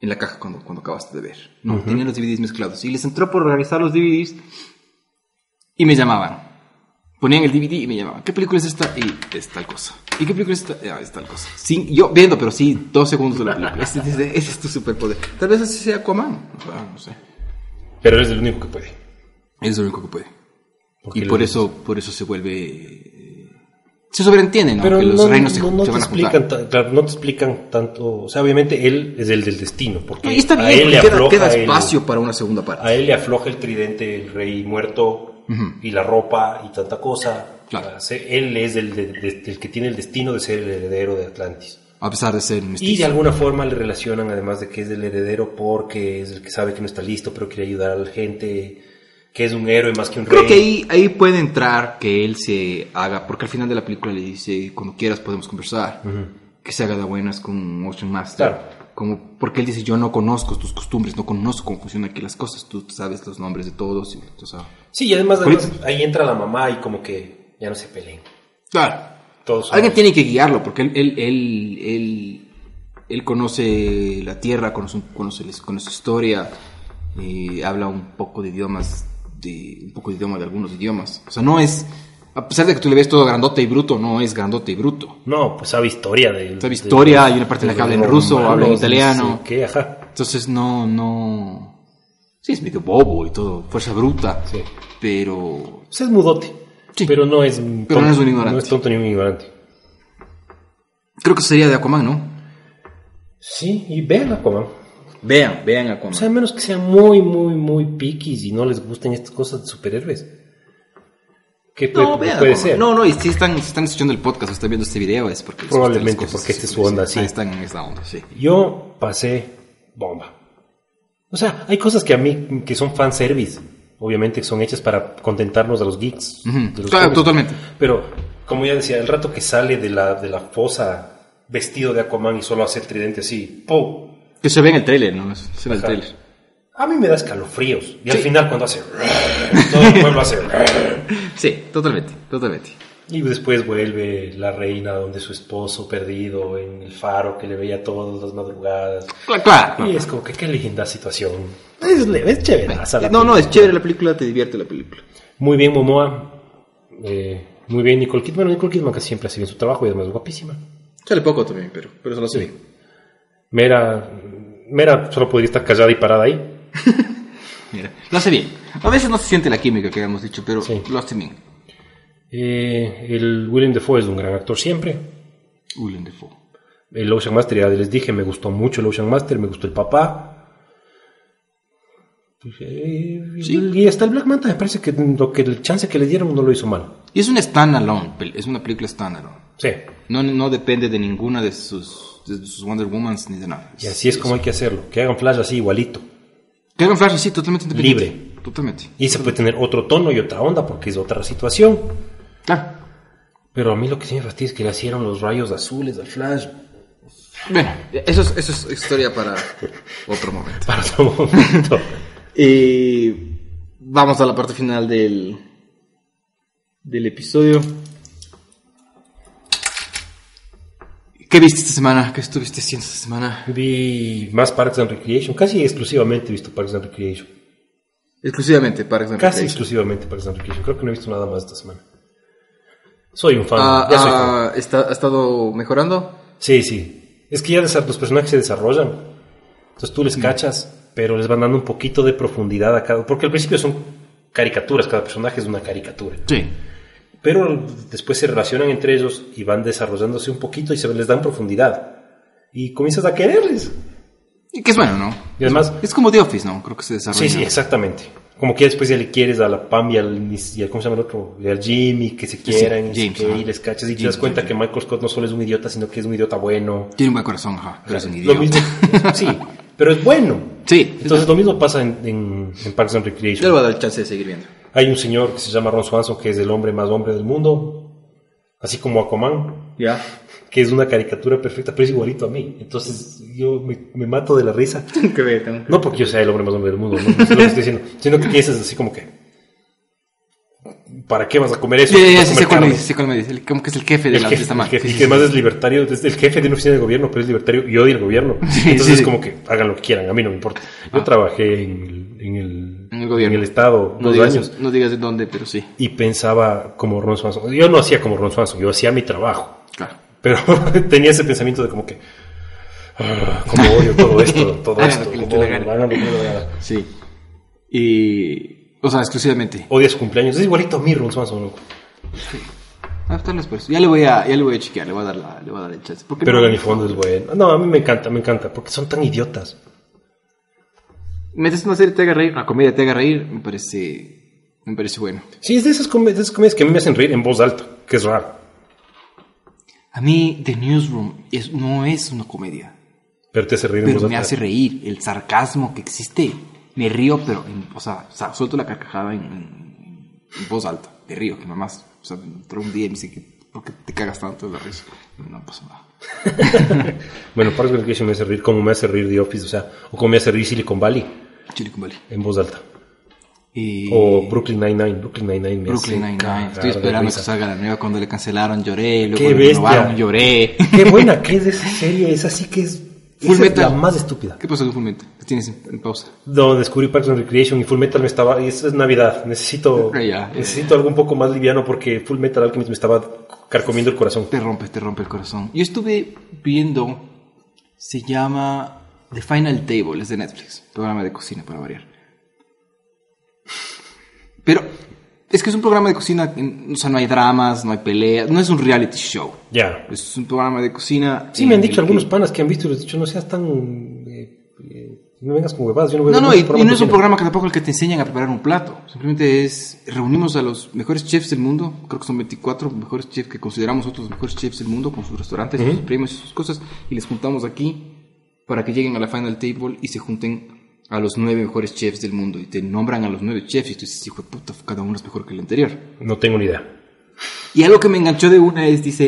en la caja cuando, cuando acabaste de ver? No, uh -huh. tenían los DVDs mezclados. Y les entró por revisar los DVDs y me llamaban. Ponían el DVD y me llamaban. ¿Qué película es esta? Y es tal cosa. ¿Y qué película es esta? Ah, es tal cosa. Sin, yo viendo, pero sí, dos segundos de la película. Ese, ese- ese es tu superpoder. Tal vez así sea Aquaman. O sea, no sé. Pero eres el único que puede. Es lo único que puede. Porque Y lo por dices. eso, por eso se vuelve. eh, Se sobreentiende, ¿no? Pero que los no, reinos se, no- no se te van a juntar. explican, tan- claro, no te explican tanto. O sea, obviamente él es el del destino. Porque Y está a él bien, le porque queda, afloja queda el- espacio para una segunda parte. a él le afloja el tridente, el rey muerto y la ropa y tanta cosa. Claro. O sea, se- Él es el, de- de- el que tiene el destino de ser el heredero de Atlantis. A pesar de ser mestizo. Y de alguna forma le relacionan, además de que es el heredero, porque es el que sabe que no está listo, pero quiere ayudar a la gente, que es un héroe más que un Creo rey. que ahí, ahí puede entrar que él se haga, porque al final de la película le dice, cuando quieras podemos conversar, que se haga de buenas con Ocean Master. Claro. Como, porque él dice, yo no conozco tus costumbres, no conozco cómo funcionan aquí las cosas, tú sabes los nombres de todos. Y, o sea, Sí, y además, Por- además, ahí entra la mamá y como que ya no se peleen. claro. Todos Pues Alguien somos- tiene que guiarlo, porque él, él, él, él, él conoce la tierra, conoce, conoce, les- conoce historia, eh, habla un poco de idiomas, de, un poco de idioma de algunos idiomas. O sea, no es, a pesar de que tú le ves todo grandote y bruto, no es grandote y bruto. No, pues sabe historia de... Sabe historia, hay una parte en la que habla en ruso, habla en italiano. ¿Qué? Ajá. Entonces, no, no. Sí, es medio bobo y todo, fuerza bruta. Sí. Pero. Pues es mudote. Sí. Pero no es... Pero no es un ignorante. No es tonto ni un ignorante. Creo que sería de Aquaman, ¿no? Sí, y vean Aquaman. Vean, vean O Aquaman. sea, a menos que sean muy, muy, muy piquis y no les gusten estas cosas de superhéroes. ¿Qué puede, No, vean, puede Aquaman. ser? No, no, y si están, si están escuchando el podcast o están viendo este video es porque... les gustan Probablemente, las cosas, porque esta es su onda, sí. Están en esta onda, sí. Yo pasé bomba. O sea, hay cosas que a mí, que son fanservice, obviamente son hechas para contentarnos a los geeks. Ujú, de los claro, cómics. totalmente. Pero, como ya decía, el rato que sale de la, de la fosa vestido de Aquaman y solo hace el tridente así, ¡pum! Que se ve en el trailer, ¿no? Eso Se ve en el Ajá. trailer. A mí me da escalofríos. Y al final cuando hace... [laughs] Todo el pueblo hace... [laughs] Sí, totalmente, totalmente. Y después vuelve la reina donde su esposo perdido en el faro que le veía todas las madrugadas. Cla- Claro, claro. Y es como que qué linda situación. Es, le- es chévere. hasta la No, no, película. es chévere la película, te divierte la película. Muy bien Momoa. Eh, muy bien Nicole Kidman. Bueno, Nicole Kidman que siempre hace bien su trabajo y además es guapísima. Sale poco también, pero, pero se lo hace bien. Mera, Mera solo podría estar callada y parada ahí. Mira, lo hace bien. A veces no se siente la química que habíamos dicho, pero Sí. lo hace bien. Eh, el William Defoe es un gran actor siempre. Willem Dafoe. El Ocean Master, ya les dije, me gustó mucho el Ocean Master, me gustó el papá. Eh, Sí. Y hasta el Black Manta me parece que lo que el chance que le dieron no lo hizo mal. Y es una standalone, pel- es una película standalone. Sí. No, no depende de ninguna de sus, de sus Wonder Womans ni de nada. Y así es como hay que hacerlo. Que hagan flash así igualito. Que hagan Flash así, totalmente independiente. Libre. Totalmente. Y se puede tener otro tono y otra onda porque es otra situación. Claro. Pero a mí lo que sí me fastidia es que le hicieron los rayos azules al Flash. [laughs] Bueno, eso es, eso es historia para otro momento. Para otro momento. Y vamos a la parte final del, del episodio. ¿Qué viste esta semana? ¿Qué estuviste haciendo esta semana? Vi más Parks and Recreation. Casi exclusivamente he visto Parks and Recreation. Exclusivamente Parks and Casi Recreation. exclusivamente Parks and Recreation. Creo que no he visto nada más esta semana. Soy un fan. Ah, ya soy fan. ah, está, ¿Ha estado mejorando? Sí, sí. Es que ya desa- los personajes se desarrollan. Entonces tú les cachas, pero les van dando un poquito de profundidad a cada... Porque al principio son caricaturas, cada personaje es una caricatura. Sí. Pero después se relacionan entre ellos y van desarrollándose un poquito y se les dan profundidad. Y comienzas a quererles. Y que es bueno, ¿no? Y además... Es como The Office, ¿no? Creo que se desarrolla. Sí, sí, exactamente. Como que ya después ya le quieres a la Pam y al, y al- ¿cómo se llama el otro? Y al Jimmy, que se quieran y, se James, que- ajá. y les cachas y te James, das cuenta James. que Michael Scott no solo es un idiota, sino que es un idiota bueno. Tiene un buen corazón, ajá. Pero es un Lo idiota. [laughs] mismo, sí, pero es bueno. Sí. Entonces lo mismo pasa en, en- en Parks and Yo le Recreation. voy a dar el chance de seguir viendo. Hay un señor que se llama Ron Swanson, que es el hombre más hombre del mundo, así como Aquaman, ¿Ya? que es una caricatura perfecta, pero es igualito a mí. Entonces yo me- me mato de la risa. Tengo que ver, tengo que- No porque yo sea el hombre más hombre del mundo, no, no es lo que estoy diciendo, sino que piensas así como que. ¿Para qué vas a comer eso? Ya, ya, Vas ya, sí a comer sé cuál me carne. dice, sé cuál me dice. El- Como que es el jefe de El la jefe, fiesta mal. el Sí, jefe, y sí, que además es libertario, es el jefe de una oficina de gobierno, pero es libertario y odia el gobierno. [laughs] Sí, Entonces sí, es sí. como que hagan lo que quieran, a mí no me importa. Yo trabajé en el, en el, En el gobierno. en el Estado No dos digas, años no digas de dónde, pero sí. y pensaba como Ron Swanson. Yo no hacía como Ron Swanson, yo hacía mi trabajo. Claro. Pero [laughs] tenía ese pensamiento de como que. "Ah, como odio [laughs] todo esto, todo Hagan esto. lo que les como dé la odio, gana". hagan lo que les dé la gana. Sí. Y. O sea, exclusivamente. odia su cumpleaños. Es igualito a mí, Ron Swanson, loco. Ah, tal vez por eso. Ya le voy a, ya le voy a chequear, le voy a dar la, le voy a dar el chance. ¿Por qué Pero no? el uniforme es bueno. No, a mí me encanta, me encanta, porque son tan idiotas. Metes una serie que te haga reír, una comedia que te haga reír, me parece. Me parece bueno. Sí, es de esas, come- de esas comedias que a mí me hacen reír en voz alta, que es raro. A mí, The Newsroom es, no es una comedia. Pero te hace reír en Pero voz me alta. hace reír el sarcasmo que existe. Me río, pero, en- o sea, sa- suelto la carcajada en, en- en voz alta. Me río, que mamás, o sea, me entró un día y me dice que, ¿por qué te cagas tanto de la risa? Y No pasa nada. Bueno, Parks and Recreation me hace reír como me hace reír The Office, o sea, o como me hace reír Silicon Valley Chile con Valley. en voz alta. Y O Brooklyn Nine-Nine. Brooklyn Nine-Nine Oh, me Brooklyn hace Nine-Nine. cagar de Estoy esperando que risa. salga la nueva. Cuando le cancelaron lloré, luego ¡Qué cuando bestia! renovaron lloré. Qué [laughs] buena que es esa serie, esa sí que es, Full esa es Metal. la más estúpida. ¿Qué pasó con Fullmetal? ¿Qué tienes en, en pausa? No, descubrí Parks and Recreation y Full Metal me estaba. Y eso es Navidad. Necesito, Ah, [laughs] ya. necesito algo un poco más liviano porque Full Metal Alchemist me estaba carcomiendo el corazón. Te rompe, te rompe el corazón. Yo estuve viendo, se llama The Final Table, es de Netflix, programa de cocina para variar. Pero es que es un programa de cocina, en- o sea, no hay dramas, no hay peleas, no es un reality show. Ya. Es un programa de cocina. Sí, me han en el dicho algunos que- panas que han visto y les he dicho, no seas tan. eh, eh, no vengas con huevadas. Yo no veo No, no, ningún y, y no es un de cocina. programa que tampoco el que te enseñan a preparar un plato. Simplemente es, reunimos a los mejores chefs del mundo, creo que son 24 mejores chefs que consideramos nosotros los mejores chefs del mundo, con sus restaurantes, sus premios y sus cosas, y les juntamos aquí para que lleguen a la final table y se junten a los nueve mejores chefs del mundo. Y te nombran a los nueve chefs y tú dices, hijo de puta, cada uno es mejor que el anterior. No tengo ni idea. Y algo que me enganchó de una es, dice,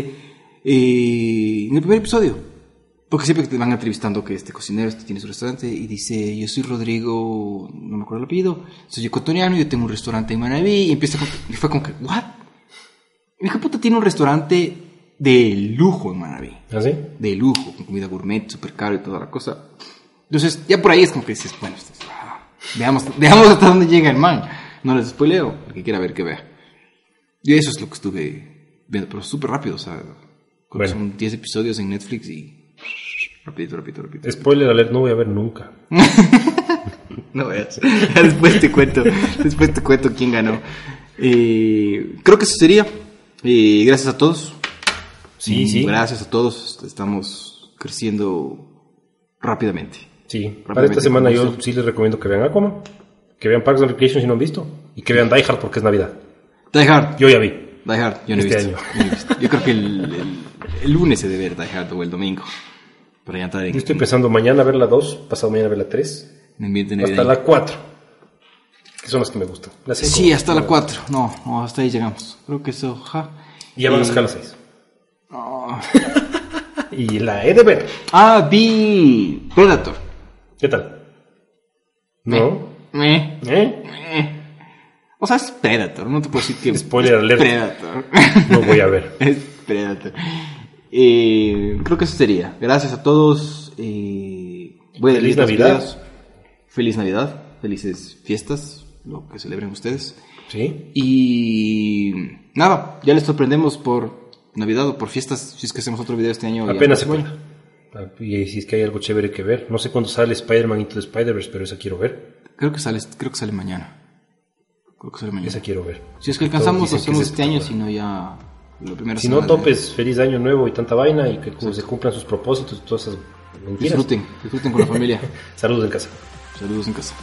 eh, en el primer episodio, porque siempre que te van entrevistando que este cocinero este tiene su restaurante y dice, yo soy Rodrigo, no me acuerdo el apellido, soy ecuatoriano, yo tengo un restaurante en Manaví, y empieza con, y fue como que, ¿what? Mi hija puta tiene un restaurante de lujo en Manaví, ¿Ah, sí? de lujo, con comida gourmet, súper caro y toda la cosa. Entonces, ya por ahí es como que dices, bueno, esto es- ah, veamos, [laughs] veamos hasta dónde llega el man. No les spoileo, el que quiera ver, que vea. Y eso es lo que estuve viendo, pero súper rápido, o sea, creo que Bueno. son 10 episodios en Netflix y... [laughs] Rapidito, rapidito, rapidito. Spoiler alert, no voy a ver nunca. No veas. [laughs] Ya Después te cuento, después te cuento quién ganó. Eh, creo que eso sería. Eh, gracias a todos. Sí, Mm, sí. Gracias a todos. Estamos creciendo rápidamente. Sí. Para esta semana yo sí les recomiendo que vean Aquaman, que vean Parks and Recreation si no han visto, y que vean Die Hard porque es Navidad. Die Hard. Yo ya vi. Die Hard, yo no he Este visto. año. Yo no he visto. Yo creo que el, el- el lunes se debe ver Die Hard o el domingo. Para ya entrar en, Yo estoy pensando mañana ver la 2, pasado mañana ver la 3. en ambiente Hasta navideño. la 4. Que son las que me gustan. Las cinco, Sí, hasta la 4. No, no, hasta ahí llegamos. Creo que eso, ja. Y ya van a sacar las seis. Oh. [laughs] Y la he de ver. Ah, vi Predator. ¿Qué tal? ¿No? Meh. ¿Eh? meh. O sea, es Predator, no te puedo decir que... Spoiler alert. Predator. [laughs] No voy a ver. es Predator. Eh, creo que eso sería. Gracias a todos. eh, voy a Feliz editar los Navidad. videos. Feliz Navidad. Felices fiestas. Lo que celebren ustedes. ¿Sí? Y nada, ya les sorprendemos por Navidad o por fiestas. Si es que hacemos otro video este año. [laughs] ya. Apenas se cuenta. Y si es que hay algo chévere que ver. No sé cuándo sale Spider-Man Into the Spider-Verse, pero esa quiero ver. Creo que sale, creo que sale mañana. Creo que sale mañana. Esa quiero ver. Si es que alcanzamos, Todos lo dicen que hacemos es este año, septiembre. si no ya. La primera Si no semana de- topes, feliz año nuevo y tanta vaina y que como se cumplan sus propósitos y todas esas mentiras. [laughs] Disfruten, disfruten con la familia. Saludos en casa. Saludos en casa.